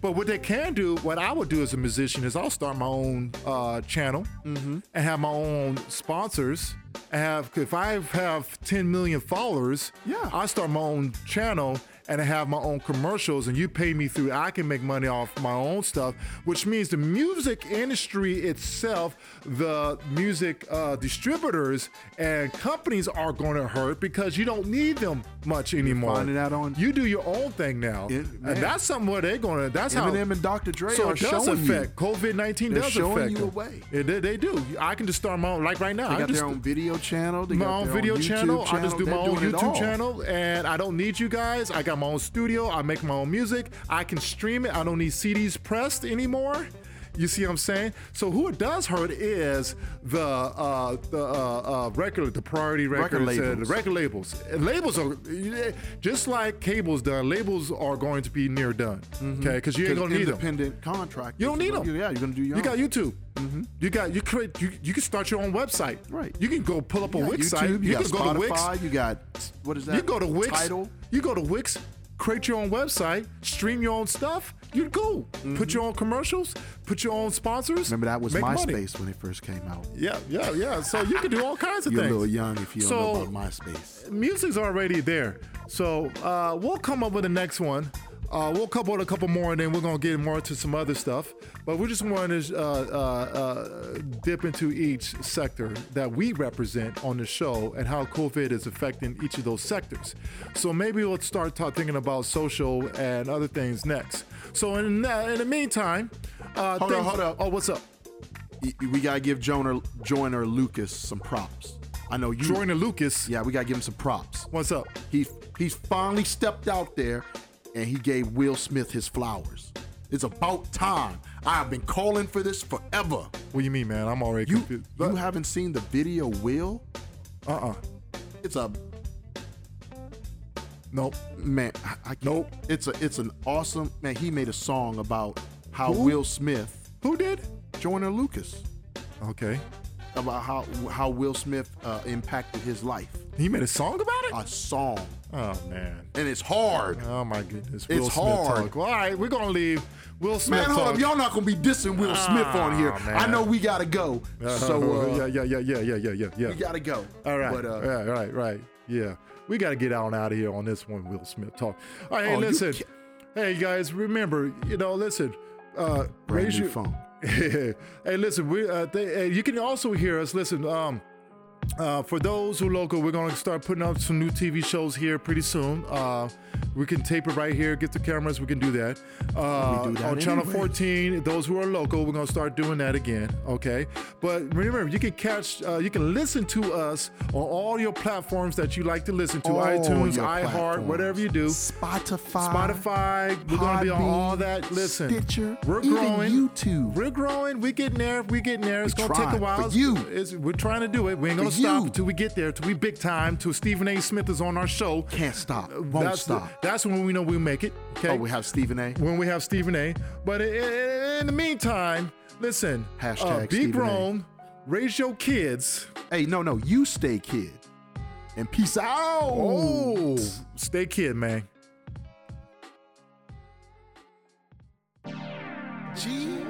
[SPEAKER 1] but what they can do, what I would do as a musician, is I'll start my own uh, channel and have my own sponsors. And have if I have 10 million followers,
[SPEAKER 2] Yeah.
[SPEAKER 1] I start my own channel and I have my own commercials and you pay me through I can make money off my own stuff which means the music industry itself the music uh, distributors and companies are going to hurt because you don't need them much anymore
[SPEAKER 2] finding out on-
[SPEAKER 1] you do your own thing now
[SPEAKER 2] It- man.
[SPEAKER 1] and that's something where they're going to that's how
[SPEAKER 2] Eminem and Dr. Dre
[SPEAKER 1] so
[SPEAKER 2] are
[SPEAKER 1] it does
[SPEAKER 2] showing you.
[SPEAKER 1] affect COVID-19
[SPEAKER 2] They're
[SPEAKER 1] does
[SPEAKER 2] showing
[SPEAKER 1] affect
[SPEAKER 2] you
[SPEAKER 1] them.
[SPEAKER 2] a way.
[SPEAKER 1] It- they, they do I can just start my own like right now
[SPEAKER 2] They
[SPEAKER 1] I
[SPEAKER 2] got
[SPEAKER 1] just,
[SPEAKER 2] their own video channel. They
[SPEAKER 1] my
[SPEAKER 2] got
[SPEAKER 1] own
[SPEAKER 2] their
[SPEAKER 1] video
[SPEAKER 2] YouTube
[SPEAKER 1] channel. I just do my
[SPEAKER 2] They're
[SPEAKER 1] own
[SPEAKER 2] doing it
[SPEAKER 1] YouTube
[SPEAKER 2] all.
[SPEAKER 1] channel, and I don't need you guys. I got my own studio. I make my own music. I can stream it. I don't need CDs pressed anymore. You see what I'm saying? So who it does hurt is the uh, the uh, uh, record, the priority records,
[SPEAKER 2] Record
[SPEAKER 1] uh, the
[SPEAKER 2] labels.
[SPEAKER 1] record labels. And labels are eh, just like cables done. Labels are going to be near done. Okay, because you ain't gonna need them.
[SPEAKER 2] Mm-hmm. independent contract.
[SPEAKER 1] You don't need them.
[SPEAKER 2] Yeah, you're gonna do your.
[SPEAKER 1] You got
[SPEAKER 2] own.
[SPEAKER 1] YouTube. You got you create. You, you can start your own website.
[SPEAKER 2] Mm-hmm. Right.
[SPEAKER 1] You can go pull up
[SPEAKER 2] You
[SPEAKER 1] a
[SPEAKER 2] got
[SPEAKER 1] Wix
[SPEAKER 2] YouTube,
[SPEAKER 1] site.
[SPEAKER 2] You, got
[SPEAKER 1] can
[SPEAKER 2] Spotify.
[SPEAKER 1] go to Wix.
[SPEAKER 2] You got what is that?
[SPEAKER 1] You go to Wix.
[SPEAKER 2] Title.
[SPEAKER 1] You go to Wix. Create your own website. Stream your own stuff. You're cool. Put your own commercials. Put your own sponsors.
[SPEAKER 2] Mm-hmm. Remember that was
[SPEAKER 1] make money.
[SPEAKER 2] MySpace when it first came out.
[SPEAKER 1] Yeah, yeah, yeah. So you can do all kinds of
[SPEAKER 2] You're a
[SPEAKER 1] things.
[SPEAKER 2] little young if you don't
[SPEAKER 1] So-
[SPEAKER 2] know about MySpace.
[SPEAKER 1] music's already there. So uh, we'll come up with the next one. Uh, we'll come up with a couple more, and then we're gonna get more to some other stuff. But we just wanted to uh, uh, uh, dip into each sector that we represent on the show and how COVID is affecting each of those sectors. So maybe we'll start ta- thinking about social and other things next. So in the, in the meantime, uh,
[SPEAKER 2] Hold on,
[SPEAKER 1] thanks-
[SPEAKER 2] hold on.
[SPEAKER 1] Oh, what's up?
[SPEAKER 2] Y- We gotta give Joiner Joiner Lucas some props. I know you.
[SPEAKER 1] Jordan Lucas.
[SPEAKER 2] Mm. Yeah, we gotta give him some props.
[SPEAKER 1] What's up?
[SPEAKER 2] He he's finally stepped out there, and he gave Will Smith his flowers. It's about time. I have been calling for this forever.
[SPEAKER 1] What do you mean, man? I'm already
[SPEAKER 2] You
[SPEAKER 1] confused.
[SPEAKER 2] you haven't seen the video, Will?
[SPEAKER 1] uh-uh.
[SPEAKER 2] It's a
[SPEAKER 1] Nope.
[SPEAKER 2] man. I- I, can't-
[SPEAKER 1] Nope.
[SPEAKER 2] It's a it's an awesome man. He made a song about how
[SPEAKER 1] Who?
[SPEAKER 2] Will Smith,
[SPEAKER 1] Who did?
[SPEAKER 2] Joyner Lucas,
[SPEAKER 1] Okay.
[SPEAKER 2] about how how Will Smith uh, impacted his life.
[SPEAKER 1] He made a song about it?
[SPEAKER 2] A song,
[SPEAKER 1] Oh man.
[SPEAKER 2] and it's hard.
[SPEAKER 1] Oh my goodness.
[SPEAKER 2] It's hard.
[SPEAKER 1] talk. Well, all right, we're gonna leave Will Smith
[SPEAKER 2] Man, hold
[SPEAKER 1] talk.
[SPEAKER 2] up. Y'all not gonna be dissing Will Smith on here.
[SPEAKER 1] Ah,
[SPEAKER 2] I know
[SPEAKER 1] man.
[SPEAKER 2] we gotta go. So uh,
[SPEAKER 1] Uh-huh. yeah, yeah, yeah, yeah, yeah, yeah, yeah, yeah.
[SPEAKER 2] we gotta go.
[SPEAKER 1] all right,
[SPEAKER 2] But, uh,
[SPEAKER 1] yeah, right, right, yeah. We got to get on out of here on this one, Will Smith talk. All right, hey,
[SPEAKER 2] Oh, you
[SPEAKER 1] listen.
[SPEAKER 2] ca-
[SPEAKER 1] Hey guys, remember, you know, listen, uh,
[SPEAKER 2] Brand
[SPEAKER 1] raise
[SPEAKER 2] new
[SPEAKER 1] your
[SPEAKER 2] phone.
[SPEAKER 1] hey, listen, we uh, they, uh, you can also hear us. Listen, um, uh, for those who local, we're gonna start putting up some new TV shows here pretty soon. Uh, we can tape it right here, get the cameras, we can do that. Uh,
[SPEAKER 2] We do that
[SPEAKER 1] on Channel
[SPEAKER 2] anyway.
[SPEAKER 1] 14, those who are local, we're gonna start doing that again. Okay, but remember, you can catch, uh, you can listen to us on all your platforms that you like to listen to:
[SPEAKER 2] All
[SPEAKER 1] iTunes,
[SPEAKER 2] your
[SPEAKER 1] iHeart,
[SPEAKER 2] platforms.
[SPEAKER 1] whatever you do.
[SPEAKER 2] Spotify.
[SPEAKER 1] Spotify. We're gonna be on all
[SPEAKER 2] Podbean,
[SPEAKER 1] that. Listen,
[SPEAKER 2] Stitcher,
[SPEAKER 1] we're
[SPEAKER 2] even
[SPEAKER 1] growing.
[SPEAKER 2] YouTube.
[SPEAKER 1] We're growing. We getting there. We getting there. It's
[SPEAKER 2] We
[SPEAKER 1] gonna take
[SPEAKER 2] trying.
[SPEAKER 1] a while.
[SPEAKER 2] For you.
[SPEAKER 1] It's- we're trying to do it. We ain't gonna
[SPEAKER 2] For
[SPEAKER 1] stop
[SPEAKER 2] you.
[SPEAKER 1] till we get there. Till we big time. Till Stephen A. Smith is on our show.
[SPEAKER 2] Can't stop. Won't
[SPEAKER 1] that's
[SPEAKER 2] stop.
[SPEAKER 1] that's when we know we make it. Okay.
[SPEAKER 2] oh, we have Stephen A.
[SPEAKER 1] when we have Stephen A. But i- i- in the meantime, listen. uh,
[SPEAKER 2] Hashtag
[SPEAKER 1] be
[SPEAKER 2] Stephen A.
[SPEAKER 1] grown. Raise your kids.
[SPEAKER 2] Hey, no, no, you stay kid. And peace out.
[SPEAKER 1] Oh, stay kid, man.
[SPEAKER 2] Gee.